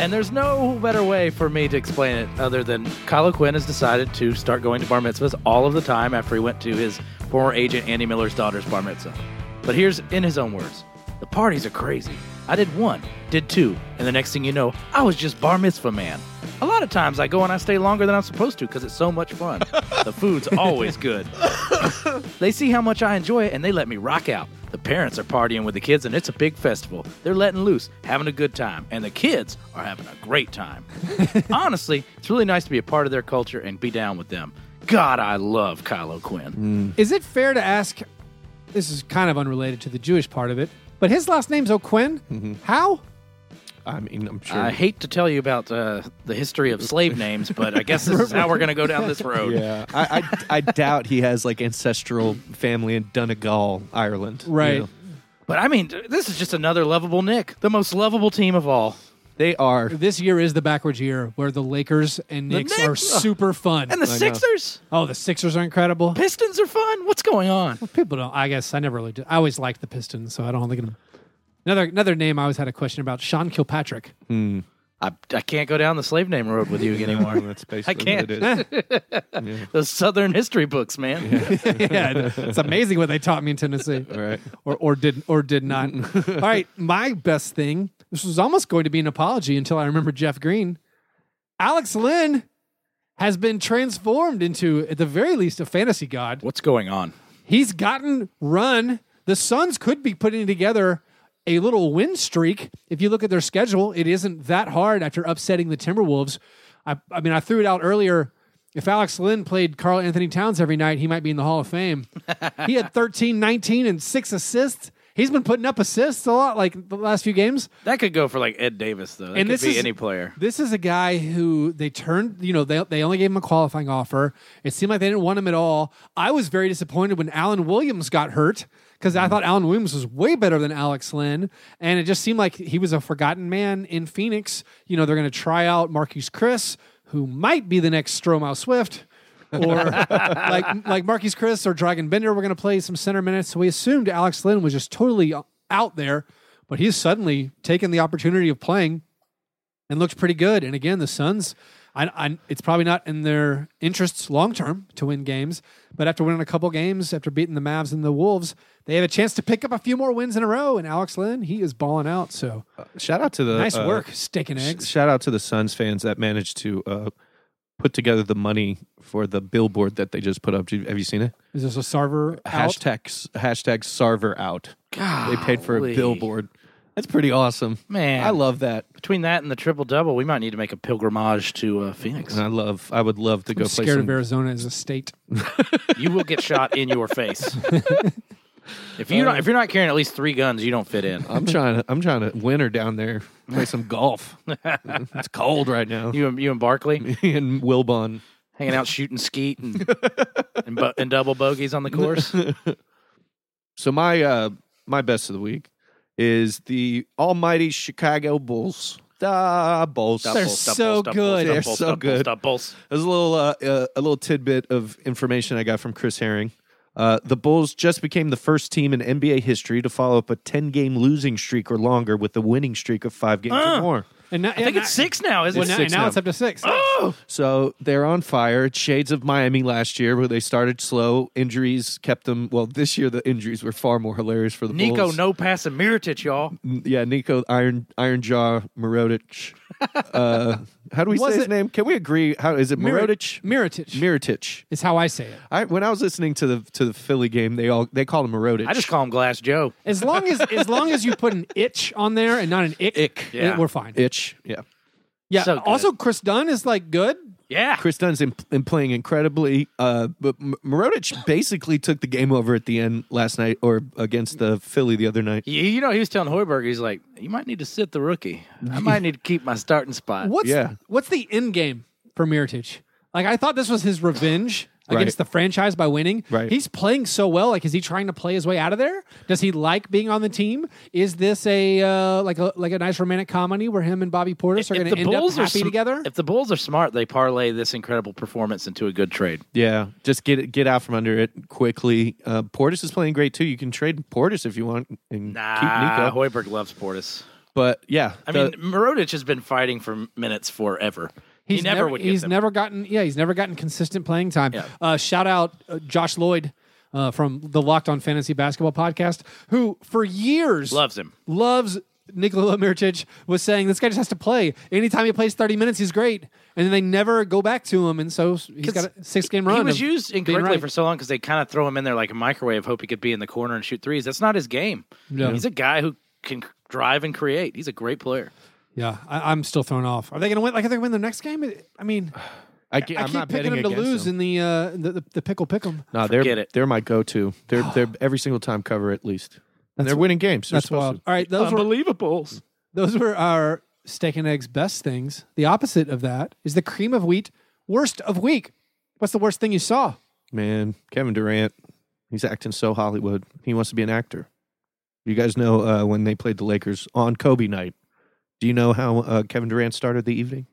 and there's no better way for me to explain it other than Kylo Quinn has decided to start going to bar mitzvahs all of the time after he went to his former agent Andy Miller's daughter's bar mitzvah. But here's in his own words The parties are crazy. I did one, did two, and the next thing you know, I was just bar mitzvah man. A lot of times I go and I stay longer than I'm supposed to because it's so much fun. the food's always good. They see how much I enjoy it and they let me rock out. The parents are partying with the kids and it's a big festival. They're letting loose, having a good time, and the kids are having a great time. Honestly, it's really nice to be a part of their culture and be down with them. God, I love Kylo
Mm-hmm.
Quinn.
Is it fair to ask? This is kind of unrelated to the Jewish part of it, but his last name's O'Quinn. How?
I mean, I'm sure.
I hate to tell you about uh, the history of slave names, but I guess this is how we're going to go down this road.
yeah. I, I, I doubt he has like ancestral family in Donegal, Ireland. you
Right.
know.
But I mean, this is just another lovable Nick, the most lovable team of all.
They are.
This year is the backwards year where the Lakers and Knicks, are
Knicks? Ugh.
super fun.
And the
know.
Sixers?
oh, the Sixers are incredible.
Pistons are fun? What's going on?
People don't. I guess I never really. Did. I always liked the Pistons, so I don't think. I'm- Another another name I always had a question about: Sean Kilpatrick.
I, I can't go down the slave name road with you anymore.
That's basically
can't.
what it is.
Those Southern history books, man.
yeah, it's amazing what they taught me in Tennessee.
Right.
Or or did or did not. All right, my best thing. This was almost going to be an apology until I remember Jeff Green. Alex Lynn has been transformed into, at the very least, a fantasy god.
What's going on?
He's gotten run. The Suns could be putting together a little win streak. If you look at their schedule, it isn't that hard after upsetting the Timberwolves. I, I mean, I threw it out earlier. If Alex Lynn played Carl Anthony Towns every night, he might be in the Hall of Fame. he had 13, 19, and six assists. He's been putting up assists a lot, like the last few games.
That could go for like Ed Davis though. That
And
could
this
be
is-
any player.
This is a guy who they turned, you know, they, they only gave him a qualifying offer. It seemed like they didn't want him at all. I was very disappointed when Alan Williams got hurt because I thought Alan Williams was way better than Alex Lynn. And it just seemed like he was a forgotten man in Phoenix. You know, they're going to try out Marquise Chris, who might be the next Stromile Swift. or like like Marquise Chris or Dragon Bender were going to play some center minutes. So we assumed Alex Lynn was just totally out there, but he's suddenly taken the opportunity of playing and looked pretty good. And again, the Suns, I, I, it's probably not in their interests long term to win games, but after winning a couple games, after beating the Mavs and the Wolves, they have a chance to pick up a few more wins in a row. And Alex Lynn, he is balling out. So
Shout out to the
nice
uh,
work, sticking
sh-
eggs.
shout out to the Suns fans that managed to uh, put together the money for the billboard that they just put up. Do you- Have you seen it?
Is this a server out?
Hashtag s- hashtag Sarver out. They paid for a
Golly.
billboard. That's pretty awesome,
Man.
I love that.
Between that and the triple double, we might need to make a pilgrimage to uh, Phoenix.
And I love. I would love to go
I'm
play
scared
some.
of Arizona as a state.
you will get shot in your face. if you don't, if you're not carrying at least three guns, you don't fit in.
I'm trying to. I'm trying to winter down there. Play some golf. it's cold right now.
You and you and Barkley
and Wilbon.
hanging out shooting skeet and and, bu- and double bogeys on the course.
So my uh my best of the week is the almighty Chicago Bulls. The Bulls.
They're
There's
so good.
They're so good.
Doubles.
a little uh, uh, a little tidbit of information I got from Chris Herring. Uh, the Bulls just became the first team in NBA history to follow up a 10 game losing streak or longer with a winning streak of five games or more.
And now,
I think it's six Oh, now, isn't
Well,
it?
now,
six
and now
now.
it's up to six.
So they're on fire. It's Shades of Miami last year, where they started slow. Injuries kept them. Well, this year the injuries were far more hilarious for the
Nico,
Bulls.
no pass and Miritich, y'all.
yeah, Nico Iron Iron Jaw Mirotic. uh, how do we
Was
say his
it-
name? Can we agree? How is it Mirotic?
Miritich
Mirotic.
is how I say it.
I, when I was listening to the to the Philly game, they all they called him Mirotic.
I just call him Glass Joe.
As long as as long as you put an itch on there and not an ick,
Ick.
it-
Yeah.
we're fine.
itch. Yeah,
Yeah.
So good.
also, Chris Dunn is like good.
Yeah.
Chris Dunn's in, in playing incredibly. Uh, but M- Mirotic basically took the game over at the end last night, or against the Philly the other night.
You, you know, he was telling Hoiberg, he's like, you might need to sit the rookie. I might need to keep my starting spot.
What's
Yeah.
what's the end game for Miritich? Like I thought this was his revenge
Right.
against the franchise by winning.
Right.
He's playing so well. Like, is he trying to play his way out of there? Does he like being on the team? Is this a uh, like a like a nice romantic comedy where him and Bobby Portis are going to end up happy
sm-
together?
if the Bulls are smart, they parlay this incredible performance into a good trade.
Yeah, just get it, get out from under it quickly. Uh, Portis is playing great too. You can trade Portis if you want and
Nah,
keep Nico.
Hoiberg loves Portis.
But yeah,
I
the-
mean, Mirotic has been fighting for minutes forever. He
He's
never, would get
He's
them.
never gotten. Yeah, he's never gotten consistent playing time.
Yeah.
Uh, shout out uh, Josh Lloyd uh, from the Locked On Fantasy Basketball podcast, who for years
Loves him.
Loves Nikola Mirotic. Was saying this guy just has to play. Anytime he plays thirty minutes, he's great. And then they never go back to him, and so he's got a six game run.
He was
of
used
being
incorrectly
right.
for so long because they kind of throw him in there like a microwave, hope he could be in the corner and shoot threes. That's not his game.
No.
He's a guy who can drive and create. He's a great player.
Yeah, I, I'm still thrown off. Are they going to win? Like, are they going to win their next game? I mean,
I, can't-
I
I'm
keep
not
picking them
betting
to
against
lose
them.
in the uh, the, the, the pickle pick'em.
No, they're
Forget it.
they're my go-to. They're they're every single time cover at least. And they're winning games. They're
That's
supposed
wild.
to.
All right, those were
Unbelievables.
Those were our steak and eggs best things. The opposite of that is the cream of wheat worst of week. What's the worst thing you saw?
Man, Kevin Durant, he's acting so Hollywood. He wants to be an actor. You guys know uh, when they played the Lakers on Kobe night. Do you know how uh, Kevin Durant started the evening?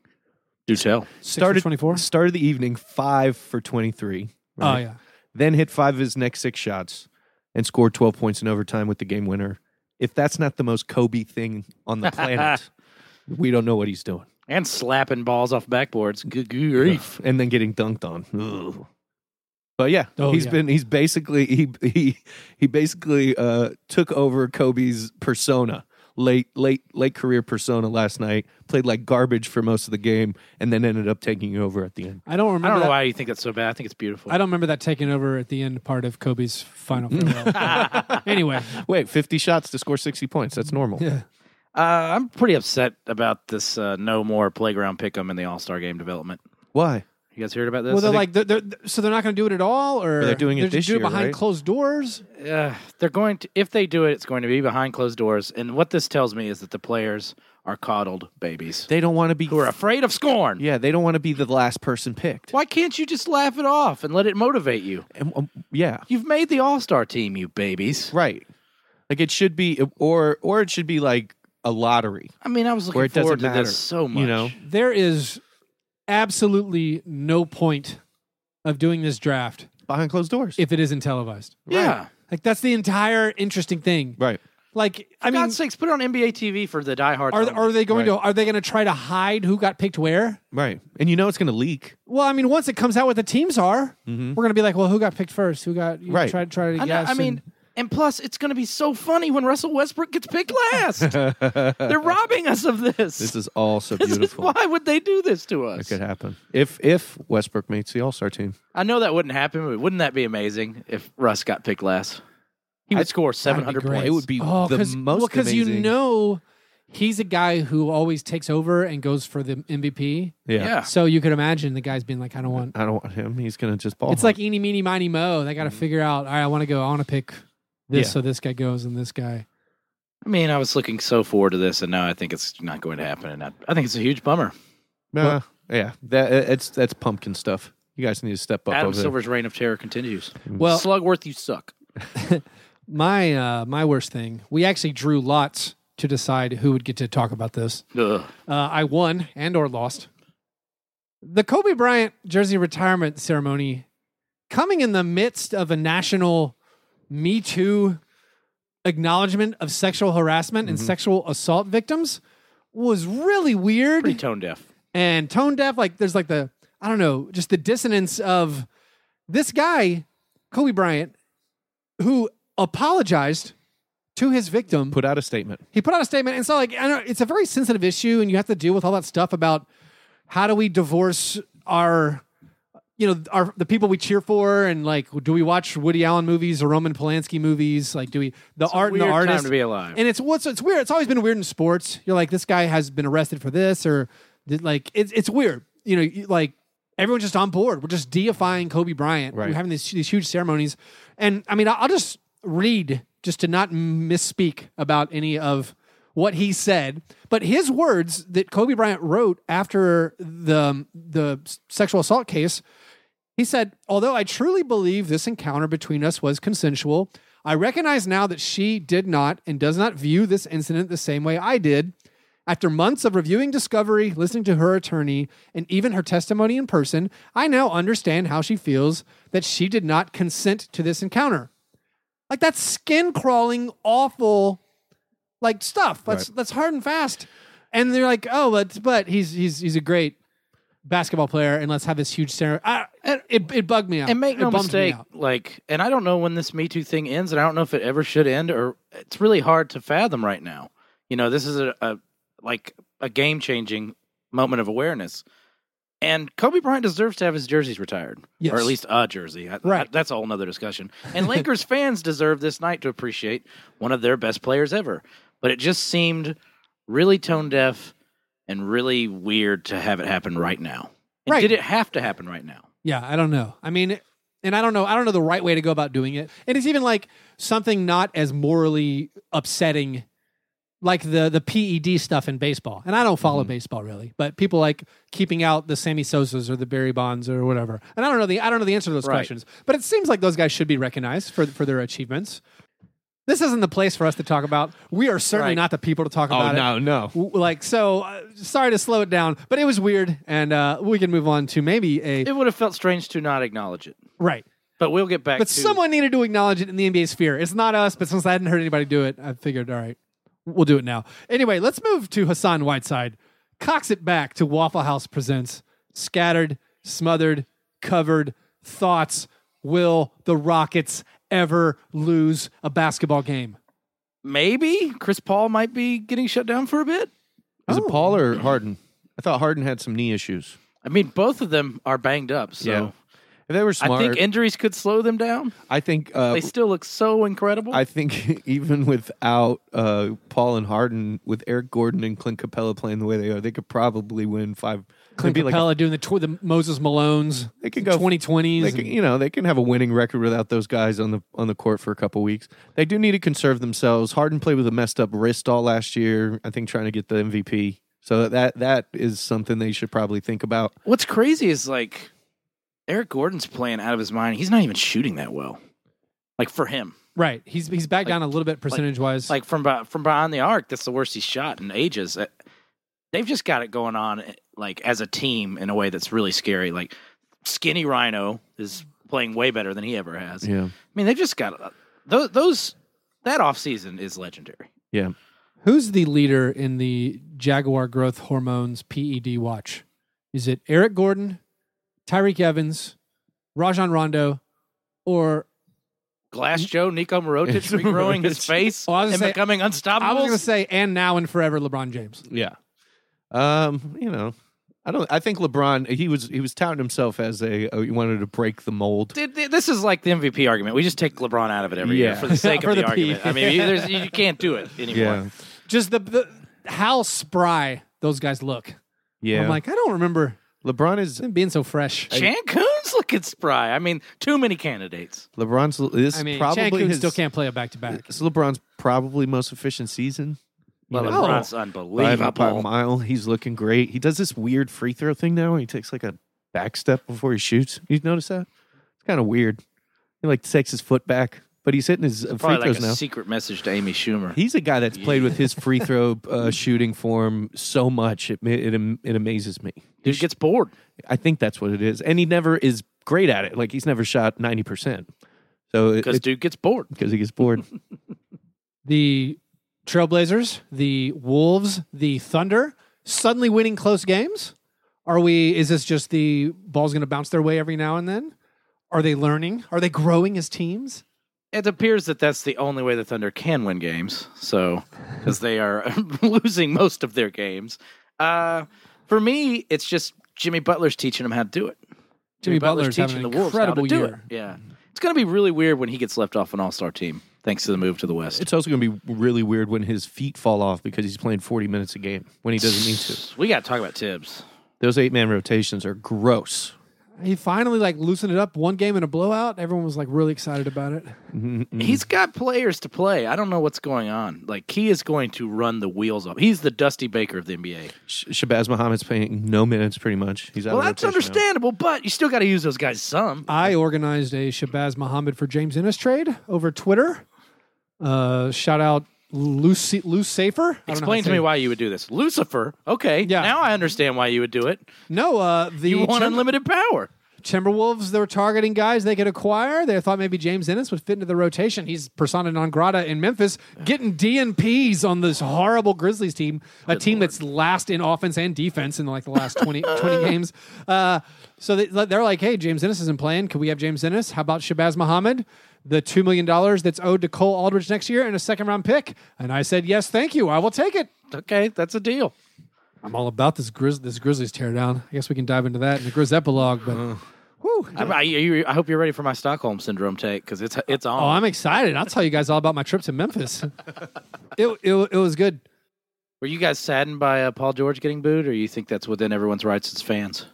Do tell.
Six for
Started
24?
Started the evening five for twenty-three.
Oh
right?
yeah.
Then hit five of his next six shots and scored twelve points in overtime with the game winner. If that's not the most Kobe thing on the planet, we don't know what he's doing.
And slapping balls off backboards. Good grief.
and then getting dunked on. Ugh. But yeah,
Oh,
he's
yeah.
been he's basically he he he basically uh, took over Kobe's persona late late late career persona last night. Played like garbage for most of the game, and then ended up taking over at the end.
I don't remember.
I don't know
that.
why you think that's so bad. I think it's beautiful.
I don't remember that taking over at the end part of Kobe's final
Mm.
farewell. anyway,
Wait, fifty shots to score sixty points. That's normal.
yeah.
Uh, I'm pretty upset about this uh, no more playground pick'em in the All Star game development.
Why?
You guys heard about this?
Well, they're like, they're, they're, so they're not going to do it at all, or
they're doing it
just
this
doing
year,
behind
right?
closed doors.
uh, they're going to if they do it, it's going to be behind closed doors. And what this tells me is that the players are coddled babies
They don't want to be.
who are afraid of scorn.
yeah, they don't want to be the last person picked.
Why can't you just laugh it off and let it motivate you?
And, um, yeah,
You've made the All Star team, you babies.
right. Like it should be, or or it should be like a lottery
I mean, I was looking
where it doesn't
forward to
matter
this so much.
You know,
There is absolutely no point of doing this draft
behind closed doors.
if it isn't televised.
yeah.
Like that's the entire interesting thing.
right.
Like I
I mean,
mean,
God's sakes, put it on NBA TV for the diehards.
Are
only.
are they going
Right.
to are they going to try to hide who got picked where?
Right. And you know it's going to leak.
Well, I mean, once it comes out what the teams are, we're going to be like, well, who got picked first? Who got you know,
Mm-hmm. Right.
Try to try to
I, know-
guess.
I mean, and, And plus, it's going to be so funny when Russell Westbrook gets picked last. They're robbing us of this.
This is all so
This is-
beautiful.
why would they do this to
It
us?
could happen if if Westbrook makes the All Star team.
I know that wouldn't happen, but wouldn't that be amazing if Russ got picked last? He would score 700
great.
points.
It would be
Oh,
the
cause,
most
well, 'cause you
amazing-
know he's a guy who always takes over and goes for the MVP.
Yeah.
Yeah.
So you could imagine the guy's being like, I don't want.
I don't want him. He's gonna just ball.
It's like eeny, meeny, miny, mo. They got to figure out. All right, I want to go. I want to pick this,
Mm-hmm. Yeah.
so this guy goes, and this guy.
I mean, I was looking so forward to this, and now I think it's not going to happen. And I, I think it's a huge bummer.
Nah, yeah. That it's that's pumpkin stuff. You guys need to step up.
Adam
over there.
Silver's reign of terror continues.
Well-
Slugworth, you suck.
My uh, my worst thing. We actually drew lots to decide who would get to talk about this.
Ugh.
Uh, I won and or lost. The Kobe Bryant jersey retirement ceremony coming in the midst of a national Me Too acknowledgement of sexual harassment and sexual assault victims was really weird
Pretty tone deaf.
and tone deaf. Like there's like the I don't know, just the dissonance of this guy, Kobe Bryant, who apologized to his victim.
Put out a statement.
he put out a statement, and so like I know it's a very sensitive issue, and you have to deal with all that stuff about how do we divorce our you know our the people we cheer for and like do we watch Woody Allen movies or Roman Polanski movies like do we the art and the
weird time
artist
to be alive.
and it's what's it's weird it's always been weird in sports you're like this guy has been arrested for this or did like it's it's weird you know you- like everyone's just on board we're just deifying Kobe Bryant
Right.
we're having these these huge ceremonies and I mean I- I'll just read just to not misspeak about any of what he said, but his words that Kobe Bryant wrote after the the sexual assault case, he said, "Although I truly believe this encounter between us was consensual, I recognize now that she did not and does not view this incident the same way I did." After months of reviewing discovery, listening to her attorney, and even her testimony in person, I now understand how she feels that she did not consent to this encounter. Like that's skin crawling, awful, like stuff. That's that's hard and fast. And they're like, oh, but but he's he's he's a great basketball player, and let's have this huge ceremony. I, it it bugged me out.
And make
It
no
bummed me
mistake,
out.
like, and I don't know when this Me Too thing ends, and I don't know if it ever should end, or it's really hard to fathom right now. You know, this is a, a like a game changing moment of awareness, and Kobe Bryant deserves to have his jerseys retired,
Yes.
or at least a jersey. I-
Right.
I- that's a whole nother discussion. And Lakers fans deserve this night to appreciate one of their best players ever. But it just seemed really tone deaf and really weird to have it happen right now. And
Right.
Did it have to happen right now?
Yeah, I don't know. I mean, and I don't know. I don't know the right way to go about doing it. And it's even like something not as morally upsetting, like the the PED stuff in baseball. And I don't
Mm-hmm.
follow baseball really, but people like keeping out the Sammy Sosa's or the Barry Bonds or whatever. And I don't know the I don't know the answer to those
Right.
questions. But it seems like those guys should be recognized for for their achievements. This isn't the place for us to talk about. We are certainly
Right. Oh,
not the people to talk about it
Oh, no.
w- like so uh, sorry to slow it down but it was weird and uh, we can move on to maybe a
It would have felt strange to not acknowledge it.
right
But we'll get back
but
to
someone needed to acknowledge it in the nba sphere it's not us but since i hadn't heard anybody do it i figured all right we'll do it now anyway let's move to hassan whiteside cocks it back to waffle house presents scattered smothered covered thoughts will the rockets ever lose a basketball game
maybe Chris Paul might be getting shut down for a bit.
Is
Oh.
it Paul or Harden? I thought Harden had some knee issues.
I mean, both of them are banged up, so
If they were
I
smart.
think injuries could slow them down.
I think. Uh,
They still look so incredible.
I think even without uh, Paul and Harden, with Eric Gordon and Clint Capella playing the way they are, they could probably win five.
Clint
they'd be like a
Capella doing the, tw- the Moses Malones,
They could go-
2020s.
They can, you know, they can have a winning record without those guys on the on the court for a couple weeks. They do need to conserve themselves. Harden played with a messed up wrist all last year. I think trying to get the MVP. So that that is something they should probably think about.
What's crazy is like Eric Gordon's playing out of his mind. He's not even shooting that well. Like for him,
Right. He's he's back down a little bit percentage wise.
like from be- from behind the arc, that's the worst he's shot in ages. Uh, They've just got it going on, eh, like as a team, in a way that's really scary. Like Skinny Rhino is playing way better than he ever has.
Yeah,
I mean, they've just got those. those that offseason is legendary.
yeah.
who's the leader in the Jaguar growth hormones PED watch? Is it Eric Gordon, Tyreek Evans, Rajon Rondo, or
Glass Joe, Nico Mirotic regrowing his face
Oh, I was
and
gonna say-
becoming
I was
unstoppable.
going to say, and now and forever, LeBron James.
Yeah. Um, you know, I don't. I think LeBron. He was he was touting himself as a oh, he wanted to break the mold.
Dude, th- this is like the MVP argument. We just take LeBron out of it every year
Yeah.
for the sake
For
of the,
the P.
argument. I mean, you, there's- you can't do it anymore.
Just the, the how spry those guys look.
yeah.
I'm like, I don't remember
LeBron is
them being so fresh.
Chan Coon's looking spry. I mean, too many candidates.
LeBron's. This
I mean,
probably
Chan Kun
his,
still can't play a back to back.
It's LeBron's probably most efficient season.
Well,
No.
LeBron's
By, by a
unbelievable.
mile, he's looking great. He does this weird free throw thing now. Where he takes like a back step before he shoots. You notice that? It's kind of weird. He like takes his foot back, but he's hitting his uh, free
Probably like
throws
a
now.
secret message to Amy Schumer.
He's a guy that's played with his free throw uh, shooting form so much it ma- it, am- it amazes me.
Dude gets bored.
I think that's what it is, and he never is great at it. Like he's never shot ninety percent, so
because
because
dude gets bored.
he gets bored.
The Trailblazers, the Wolves, the Thunder suddenly winning close games. Are we? Is this just the ball's going to bounce their way every now and then? Are they learning? Are they growing as teams?
It appears that that's the only way the Thunder can win games. So, because they are losing most of their games. Uh, for me, it's just Jimmy Butler's teaching them how to do it.
Jimmy Butler's having
teaching
an
the Wolves how to
incredible
do it.
year.
Yeah, it's going to be really weird when he gets left off an All Star team thanks to the move to the West.
It's also going to be really weird when his feet fall off because he's playing forty minutes a game when he doesn't need to.
we got to talk about Tibbs.
Those eight man rotations are gross.
He finally like loosened it up one game in a blowout. Everyone was like really excited about it.
Mm-hmm. He's got players to play. I don't know what's going on. Like he is going to run the wheels off. He's the Dusty Baker of the NBA.
Sh- Shabazz Muhammad's playing no minutes pretty much. He's out
Well,
of
that's
rotation now.
understandable, but you still got to use those guys some.
I organized a Shabazz Muhammad for James Innes trade over Twitter. Uh, shout out Lucy Lou Safer. I don't know how
Explain to
say
me
it.
why you would do this. Lucifer. Okay.
Yeah.
Now I understand why you would do it.
No, uh, the
You want
Tim-
unlimited power.
Timberwolves they were targeting guys they could acquire. They thought maybe James Innes would fit into the rotation. He's persona non grata in Memphis, getting DNPs on this horrible Grizzlies team, a team that's last in offense and defense in like the last 20, 20 games. Uh, so they, they're like, hey, James Innes isn't playing. Could we have James Innes? How about Shabazz Muhammad? The $2 million that's owed to Cole Aldridge next year and a second round pick. And I said, yes, thank you. I will take it.
Okay, that's a deal.
I'm all about this, Grizz- this Grizzlies teardown. I guess we can dive into that in the Grizz epilogue, but. Whew,
I, I- you- I hope you're ready for my Stockholm syndrome take because it's it's
Oh,
on.
I'm excited. I'll tell you guys all about my trip to Memphis. it, it, it was good.
Were you guys saddened by uh, Paul George getting booed, or you think that's within everyone's rights as fans?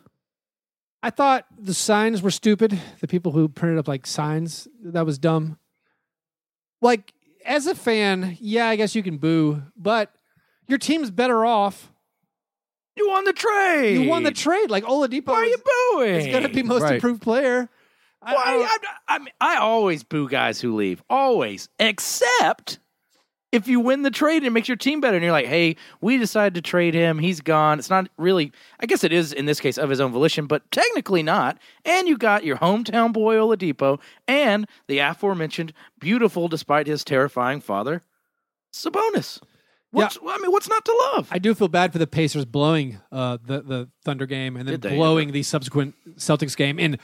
I thought the signs were stupid. The people who printed up like signs, that was dumb. Like, as a fan, yeah, I guess you can boo, but your team's better off.
You won the trade.
You won the trade. Like, Oladipo
Why are you
is,
booing?
going to be most
Right.
improved player. I-
Why?
I-
I, I, mean, I always boo guys who leave. Always, except if you win the trade and it makes your team better, and you're like, "Hey, we decided to trade him. He's gone." It's not really. I guess it is in this case of his own volition, but technically not. And you got your hometown boy Oladipo and the aforementioned beautiful, despite his terrifying father, Sabonis. What's, I mean, what's not to love?
I do feel bad for the Pacers blowing uh, the the Thunder game and then
Did they
blowing the subsequent Celtics game in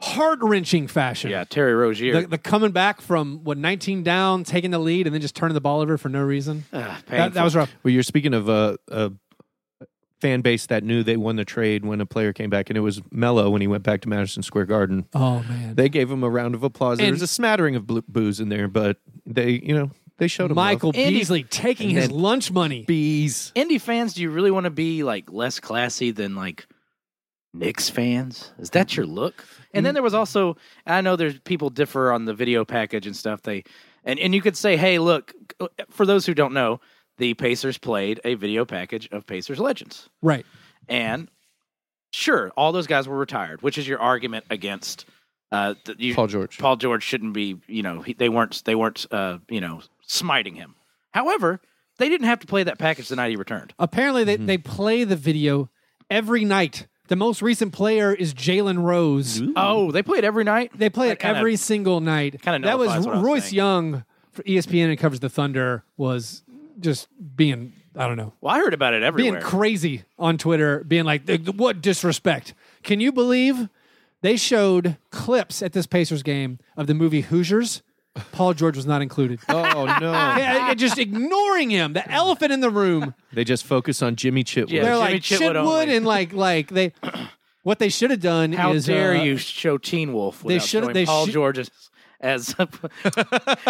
heart wrenching fashion.
yeah, Terry Rozier.
the, the coming back from what 19 down, taking the lead, and then just turning the ball over for no reason.
Ah,
That, that
painful.
was rough.
Well, you're speaking of a, a fan base that knew they won the trade when a player came back, and it was Mello when he went back to Madison Square Garden.
Oh man,
They gave him a round of applause. There
And-
was a smattering of blu- boos in there, but they, you know, they showed him
Michael
love.
Andy-
Beasley taking
and
his
then-
lunch money.
bees.
indie fans, do you really want to be like less classy than like Knicks fans? Is that
Mm-hmm.
your look? And then there was also I know there's people differ on the video package and stuff. They and, and you could say, hey, look, uh, for those who don't know, the Pacers played a video package of Pacers Legends.
right.
And sure, all those guys were retired, which is your argument against uh, th- you,
Paul George.
Paul George shouldn't be, you know, he, they weren't, they weren't, uh, you know, smiting him. However, they didn't have to play that package the night he returned.
Apparently, they, they play the video every night. The most recent player is Jalen Rose.
Oh, they play it every night.
They play
That
it
kinda-
every single night.
kinda
that was
nullifies what I was
Royce
saying.
Young for E ESPN and covers the Thunder was just being I don't know
Well, I heard about it everywhere.
being crazy on Twitter, being like, "Th- "What disrespect? Can you believe they showed clips at this Pacers game of the movie Hoosiers Paul George was not included.
Oh no!
Yeah, it- just ignoring him, the elephant in the room.
they just focus on Jimmy Chitwood.
Yeah.
They're
Jimmy
like
Chitwood
Chitwood,
only.
and like like they. What they should have done
How
is
dare
uh,
you show Teen Wolf
they
without
should-
showing
they
Paul
should-
George as, as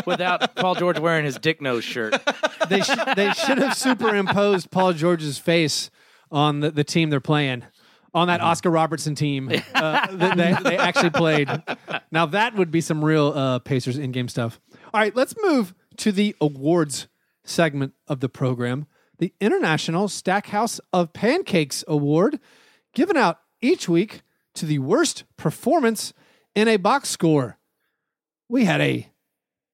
without Paul George wearing his dick nose shirt?
They sh- they should have superimposed Paul George's face on the, the team they're playing. On that Oscar Robertson team uh, that they, they actually played. Now, that would be some real uh, Pacers in game stuff. All right, let's move to the awards segment of the program. The International Stackhouse of Pancakes Award, given out each week to the worst performance in a box score. We had a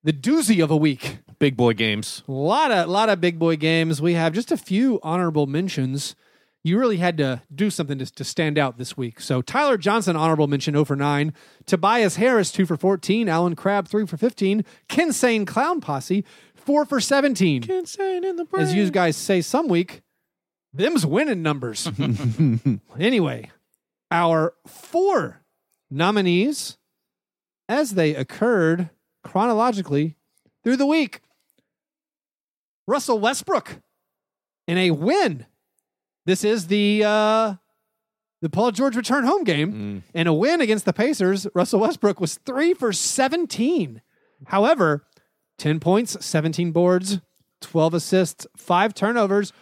the doozy of a week.
Big boy games.
A lot of lot of big boy games. We have just a few honorable mentions. You really had to do something to, to stand out this week. So Tyler Johnson, honorable mention, 0 for 9. Tobias Harris, 2 for 14. Alan Crabb, 3 for 15. Kinsane Clown Posse, 4 for 17.
Insane in the brain.
As you guys say some week, them's winning numbers. anyway, our four nominees as they occurred chronologically through the week. Russell Westbrook in a win. This is the uh, the Paul George return home
Mm.
game. And a win against the Pacers, Russell Westbrook was three for 17. However, 10 points, 17 boards, 12 assists, five turnovers,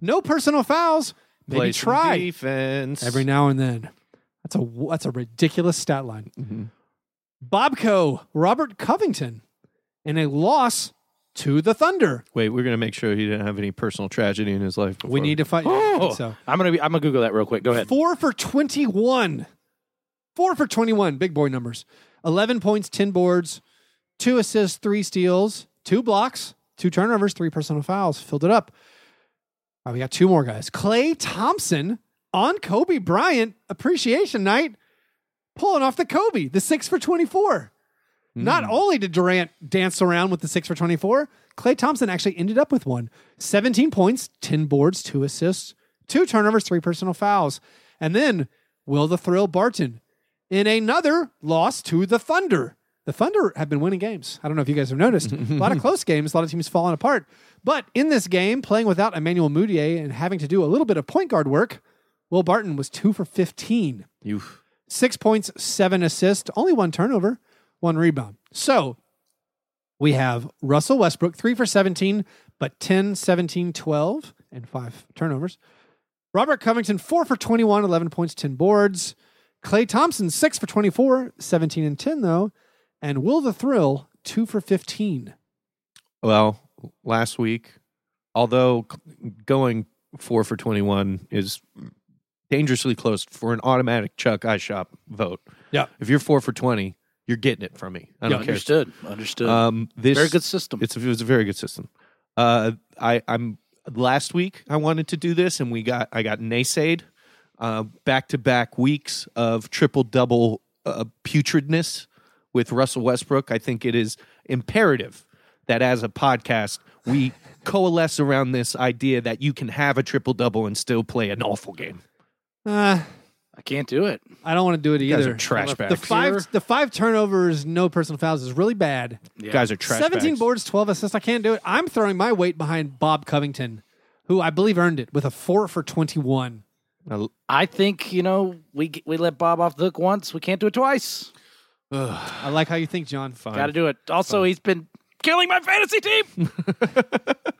no personal fouls. Maybe
Play some
try
defense.
every now and then. That's a that's a ridiculous stat line.
Mm-hmm.
Bobco Robert Covington in a loss to the Thunder.
Wait, we're gonna make sure he didn't have any personal tragedy in his life. Before.
We need to fight.
Oh,
So
I'm gonna be, I'm gonna Google that real quick. Go ahead.
four for twenty one. Four for twenty one. Big boy numbers. Eleven points, ten boards, two assists, three steals, two blocks, two turnovers, three personal fouls. Filled it up. All right, we got two more guys. Clay Thompson on Kobe Bryant appreciation night, pulling off the Kobe, the six for 24. Not only did Durant dance around with the six for 24, Clay Thompson actually ended up with one 17 points, 10 boards, two assists, two turnovers, three personal fouls. And then Will the Thrill Barton in another loss to the Thunder. The Thunder have been winning games. I don't know if you guys have noticed. a lot of close games, a lot of teams falling apart. But in this game, playing without Emmanuel Mudiay and having to do a little bit of point guard work, Will Barton was two for 15
You.
six points, seven assists, only one turnover, one rebound. So we have Russell Westbrook, three for 17, but 10, 17, 12, and five turnovers. Robert Covington, four for 21, 11 points, 10 boards. Clay Thompson, six for 24, 17 and 10, though. And Will the Thrill, two for 15.
Well, last week, although c- going four for twenty-one is dangerously close for an automatic Chuck I shop vote.
Yeah.
If you're four for twenty, you're getting it from me. I don't care.
Understood. Understood.
Um, this
Very good system.
It's it was a very good system. Uh, I I'm last week I wanted to do this and we got I got naysayed. Back to back weeks of triple double uh, putridness with Russell Westbrook. I think it is imperative that as a podcast we coalesce around this idea that you can have a triple double and still play an awful game.
Uh,
I can't do it.
I don't want to do it
You guys
either.
are trash
the
bags.
five, the five turnovers, no personal fouls is really bad.
You guys are trash.
17
bags.
boards, 12 assists. I can't do it. I'm throwing my weight behind Bob Covington, who I believe earned it with a four for 21.
Uh,
I think you know we g- we let Bob off the hook once. We can't do it twice.
I like how you think, John.
Got to do it. Also, he's been killing my fantasy team.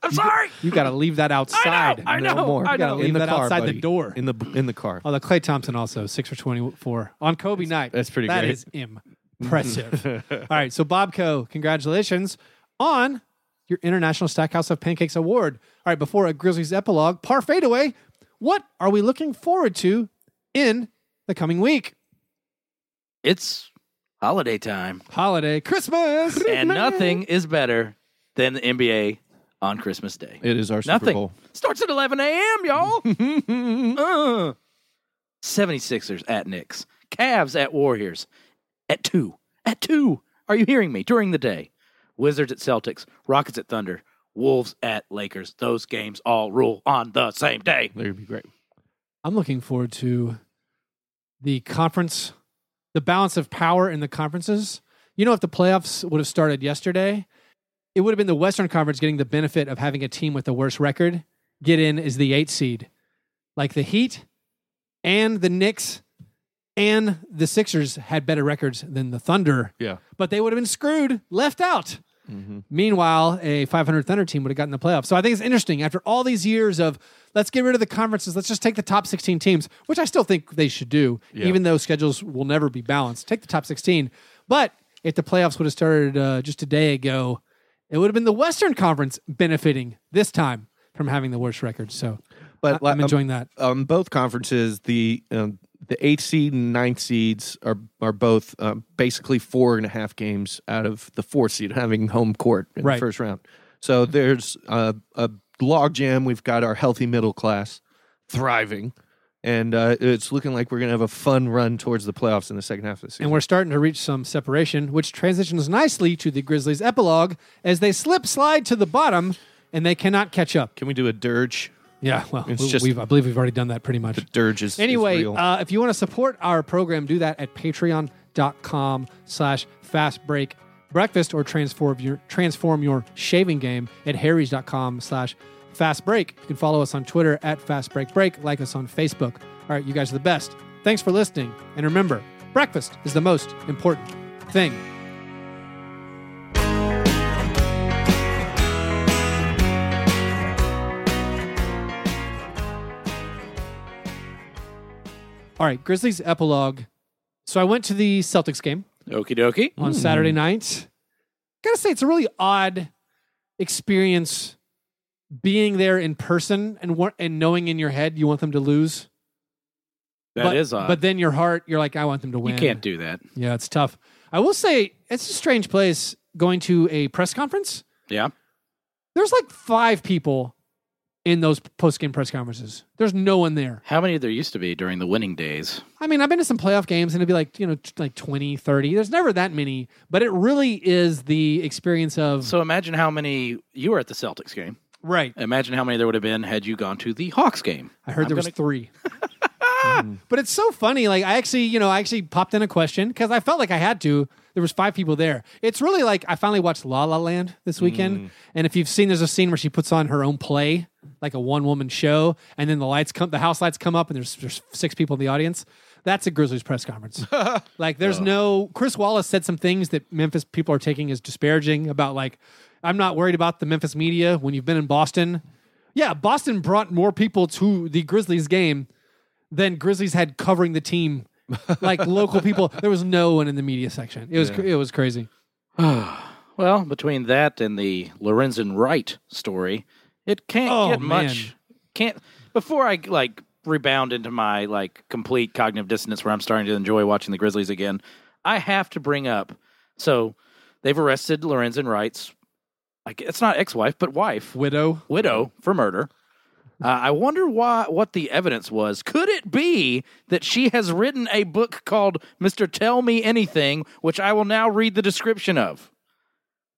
I'm sorry.
You got to leave that outside.
I know, I
Oh, You got to
know.
leave
in the
that
car,
outside
buddy.
the door.
in the in the car.
Although Clay Thompson also, six for 24 on Kobe night.
that's pretty
That
great.
is impressive. All right. So, Bobco, congratulations on your International Stackhouse of Pancakes Award. All right. Before a Grizzlies epilogue, par fadeaway, what are we looking forward to in the coming week?
It's holiday time,
Holiday, Christmas.
and nothing is better than the NBA on Christmas Day.
It is our Super
Nothing
Bowl.
starts at 11 a.m. Y'all. uh. 76ers at Knicks, Cavs at Warriors, at two, at two. Are you hearing me? During the day, Wizards at Celtics, Rockets at Thunder, Wolves at Lakers. Those games all rule on the same day.
That would be great.
I'm looking forward to the conference, the balance of power in the conferences. You know, if the playoffs would have started yesterday, it would have been the Western Conference getting the benefit of having a team with the worst record get in as the eight seed, like the Heat and the Knicks and the Sixers had better records than the Thunder,
Yeah.
but they would have been screwed, left out.
Mm-hmm.
Meanwhile, a 500 Thunder team would have gotten the playoffs. So I think it's interesting after all these years of let's get rid of the conferences, let's just take the top 16 teams, which I still think they should do,
Yeah.
even though schedules will never be balanced. Take the top 16. But if the playoffs would have started uh, just a day ago, it would have been the Western Conference benefiting this time from having the worst record. So
But
I-
like,
I'm
um,
enjoying that.
um, both conferences, the um, the eighth seed and ninth seeds are are both um, basically four and a half games out of the fourth seed having home court in
Right.
the first round. So there's uh, a logjam. We've got our healthy middle class thriving, and uh, it's looking like we're going to have a fun run towards the playoffs in the second half of the season.
And we're starting to reach some separation, which transitions nicely to the Grizzlies' epilogue as they slip slide to the bottom and they cannot catch up.
Can we do a dirge?
Yeah, well,
It's
we,
just-
have I believe we've already done that pretty much.
Dirge is is
Anyway,
real.
uh, if you want to support our program, do that at patreon.com slash fast break breakfast or transform your transform your shaving game at harrys.com slash fast break. You can follow us on Twitter at fast break break, like us on Facebook. All right, you guys are the best. Thanks for listening. And remember, breakfast is the most important thing. All right, Grizzlies epilogue. So I went to the Celtics game.
Okie dokie.
on Saturday night. Gotta say, it's a really odd experience being there in person and wa- and knowing in your head you want them to lose.
That
but,
is odd.
But then your heart, you're like, I want them to win.
you can't do that.
Yeah, it's tough. I will say, it's a strange place going to a press conference.
Yeah.
There's like five people in those post game press conferences. There's no one there.
How many there used to be during the winning days?
I mean, I've been to some playoff games and it'd be like, you know, t- like 20, 30. There's never that many, but it really is the experience of.
So imagine how many you were at the Celtics game.
right.
Imagine how many there would have been had you gone to the Hawks game.
I heard there was three. But it's so funny. Like I actually, you know, I actually popped in a question because I felt like I had to. There was five people there. It's really like I finally watched La La Land this weekend. And if you've seen, there's a scene where she puts on her own play, like a one woman show, and then the lights come, the house lights come up, and there's there's six people in the audience. That's a Grizzlies press conference. like there's no Chris Wallace said some things that Memphis people are taking as disparaging about like I'm not worried about the Memphis media when you've been in Boston. Yeah, Boston brought more people to the Grizzlies game than Grizzlies had covering the team. like local people, there was no one in the media section. It was cr it was crazy.
Well, between that and the Lorenzen Wright story, it can't
Oh,
get
man.
much. Can't before I like rebound into my like complete cognitive dissonance where I'm starting to enjoy watching the Grizzlies again. I have to bring up. So they've arrested Lorenzen Wright's. Like it's not ex-wife, but wife,
Widow,
widow for murder. Uh, I wonder why what the evidence was. Could it be that she has written a book called Mr. Tell Me Anything, which I will now read the description of?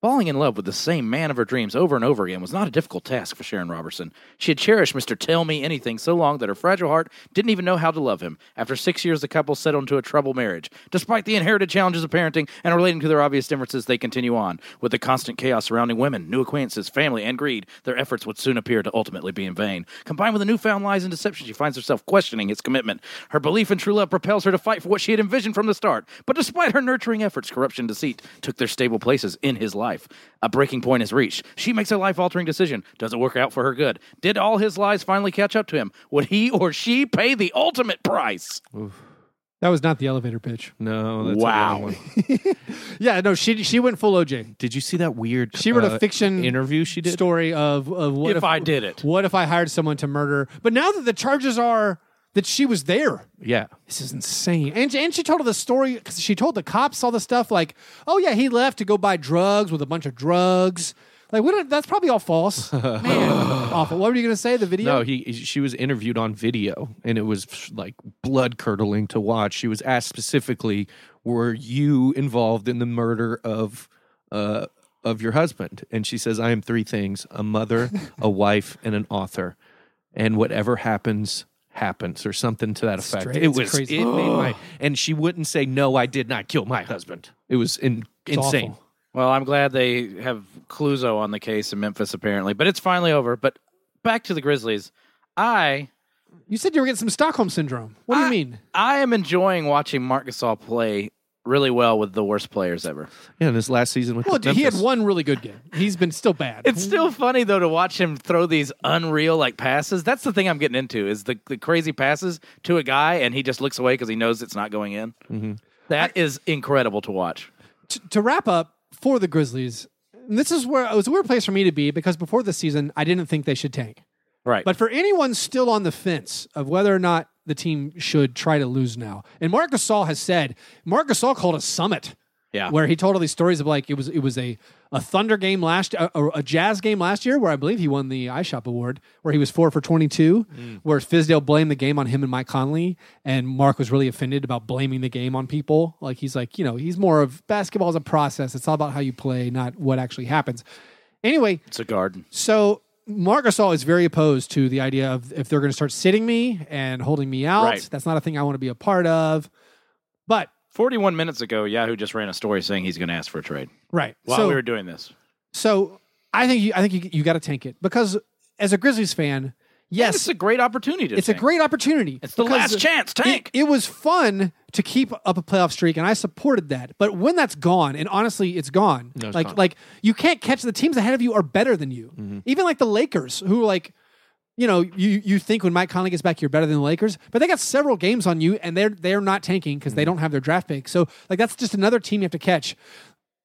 Falling in love with the same man of her dreams over and over again was not a difficult task for Sharon Robertson. She had cherished Mr. Tell Me Anything so long that her fragile heart didn't even know how to love him. After six years, the couple settled into a troubled marriage. Despite the inherited challenges of parenting and relating to their obvious differences, they continue on. With the constant chaos surrounding women, new acquaintances, family, and greed, their efforts would soon appear to ultimately be in vain. Combined with the newfound lies and deception, she finds herself questioning his commitment. Her belief in true love propels her to fight for what she had envisioned from the start. But despite her nurturing efforts, corruption and deceit took their stable places in his life. A breaking point is reached. She makes a life altering decision. Does it work out for her good? Did all his lies finally catch up to him? Would he or she pay the ultimate price?
that was not the elevator pitch.
no, that's a
Wow.
wrong one.
Yeah, no, she she went full OJ
Did you see that weird?
She wrote a
uh,
fiction
interview. She did.
story of of what if,
If I did it.
What if I hired someone to murder? But now that the charges are that she was there,
Yeah.
This is insane. And, and she told the story because she told the cops all the stuff like, oh, yeah, he left to go buy drugs with a bunch of drugs. Like, what? That's probably all false. Man, awful. What were you going to say? The video?
No, he she was interviewed on video, and it was like blood curdling to watch. She was asked specifically, "Were you involved in the murder of uh, of your husband?" And she says, "I am three things: a mother, a wife, and an author. And whatever happens." Happens or something to that effect.
Straight-
it
it's
was
crazy.
it made my and she wouldn't say no. I did not kill my husband. It was in,
It's
insane.
awful.
Well, I'm glad they have Cluzo on the case in Memphis, apparently. But it's finally over. But back to the Grizzlies. I
You said you were getting some Stockholm syndrome. What do
I-
you mean?
I am enjoying watching Marc Gasol play really well with the worst players ever.
Yeah, and his last season with
Well,
the
he had
Memphis.
one really good game. He's been still bad.
It's still funny though to watch him throw these unreal like passes. That's the thing I'm getting into is the, the crazy passes to a guy and he just looks away because he knows it's not going in.
Mm-hmm.
That is incredible to watch.
to, to wrap up for the Grizzlies, and this is where it was a weird place for me to be because before this season, I didn't think they should tank.
Right.
But for anyone still on the fence of whether or not the team should try to lose now, and Mark Gasol has said, Mark Gasol called a summit.
Yeah.
Where he told all these stories of like it was it was a a Thunder game last a, a- a Jazz game last year where I believe he won the iShop award where he was four for twenty two
Mm.
where Fizdale blamed the game on him and Mike Conley and Mark was really offended about blaming the game on people like he's like you know he's more of basketball is a process it's all about how you play not what actually happens anyway
it's a garden.
so Marc Gasol is very opposed to the idea of if they're going to start sitting me and holding me out.
Right.
That's not a thing I want to be a part of. But
41 minutes ago, Yahoo just ran a story saying he's going to ask for a trade
right,
while
so
we were doing this.
so I think you, I think you, you got to tank it because as a Grizzlies fan,
Yes. It's
yes,
a great opportunity. To
it's a
tank.
great opportunity.
It's the
because
last chance. Tank.
It, it was fun to keep up a playoff streak, and I supported that. But when that's gone, and honestly, it's gone.
it's
like
gone. Mm-hmm.
like you can't catch the teams ahead of you are better than you. Even like the Lakers, who like. You know, you you think when Mike Conley gets back, you're better than the Lakers, but they got several games on you, and they're they're not tanking because
Mm-hmm.
they don't have their draft pick. So, like, that's just another team you have to catch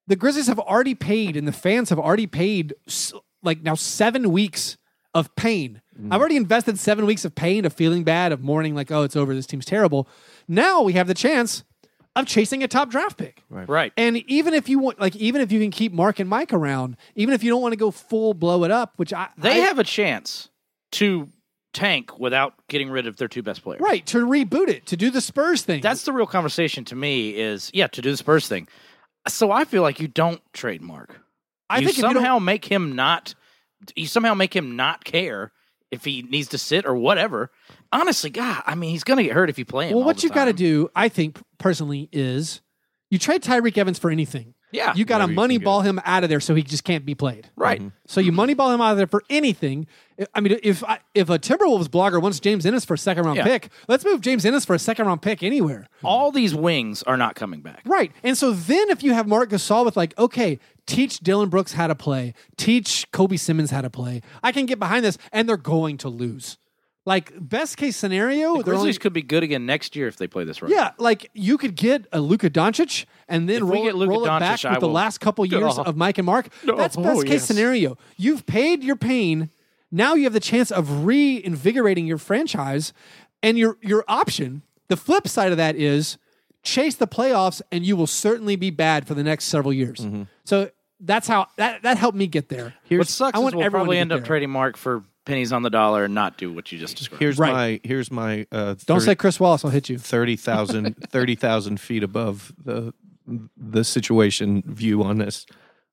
the Grizzlies have already paid, and the fans have already paid s- like now seven weeks of pain.
Mm.
I've already invested seven weeks of pain, of feeling bad, of mourning, like, oh, it's over. This team's terrible. Now we have the chance of chasing a top draft pick.
Right.
And even if you want, like, even if you can keep Mark and Mike around, even if you don't want to go full blow it up, which I
they
I-
have a chance to tank without getting rid of their two best players.
right to reboot it to do the Spurs thing.
That's the real conversation to me is yeah, to do the Spurs thing. So I feel like you don't trademark.
I
you
think if you don't-
somehow make him not you somehow make him not care if he needs to sit or whatever. Honestly, God, I mean he's gonna get hurt if you play him.
well,
all
what
the
you've got to
time.
do, I think personally, is you trade Tyreek Evans for anything.
Yeah.
you got to
Whatever you
money
can
ball him out of there so he just can't be played.
right.
So you money ball him out of there for anything. I mean, if I, if a Timberwolves blogger wants James Ennis for a second round
Yeah.
pick, let's move James Ennis for a second round pick anywhere.
All these wings are not coming back.
Right. And so then if you have Mark Gasol with like, okay, teach Dylan Brooks how to play, teach Kobe Simmons how to play, I can get behind this, and they're going to lose. Like best case scenario,
The
they're
Grizzlies
only-
could be good again next year if they play this right.
yeah, like you could get a Luka Doncic and then
If we
roll,
get Luka
roll it
Doncic,
back
I
with the
will-
last couple years
Oh.
of Mike and Mark.
No,
That's
oh,
best case
yes.
scenario. You've paid your pain. Now you have the chance of reinvigorating your franchise and your your option. The flip side of that is chase the playoffs and you will certainly be bad for the next several years.
Mm-hmm.
So that's how that, that helped me get there.
what sucks
I
is
want everyone
we'll
to
probably
get
end up
there.
trading Mark for pennies on the dollar and not do what you just described.
Here's
Right.
my here's my uh,
Don't
30
say Chris Wallace, I'll hit you.
30,000 30,000 feet above the the situation view on this.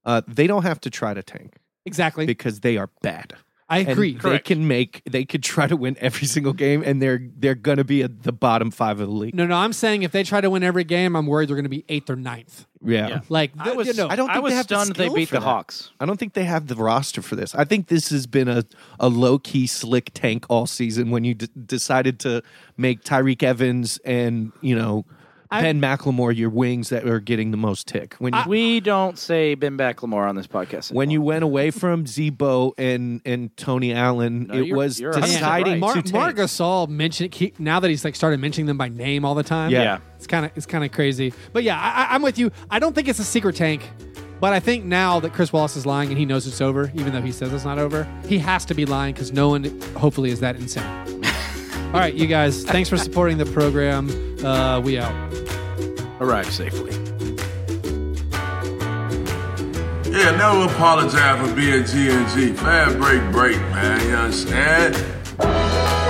Uh, they don't have to try to tank
Exactly.
because they are bad.
I
And
agree.
They can make they could try to win every single game and they're they're going to be at the bottom 5 of the league.
No, no, I'm saying if they try to win every game, I'm worried they're going to be eighth or ninth.
Yeah.
Yeah.
Like
I was,
you know,
I don't
I
think
was
they have the
stunned they
skill
beat
for
the
that.
Hawks.
I don't think they have the roster for this. I think this has been a, a low key slick tank all season when you d- decided to make Tyreek Evans and, you know, Ben McLemore your wings that are getting the most tick. When you,
We don't say Ben Backlemore on this podcast.
when you went away from Zebo and, and Tony Allen, it
you're-
was
you're
deciding
Mar-
to tank.
Marc Gasol mentioned keep, now that he's like started mentioning them by name all the time.
Yeah. Yeah.
it's kind of it's kind of crazy. But yeah, I, I- I'm with you. I don't think it's a secret tank, but I think now that Chris Wallace is lying and he knows it's over, even though he says it's not over, he has to be lying because no one hopefully is that insane. all right, you guys, thanks for supporting the program. Uh, we out.
arrived safely.
Yeah, never apologize for being G and G. Fab break, break, man. You understand?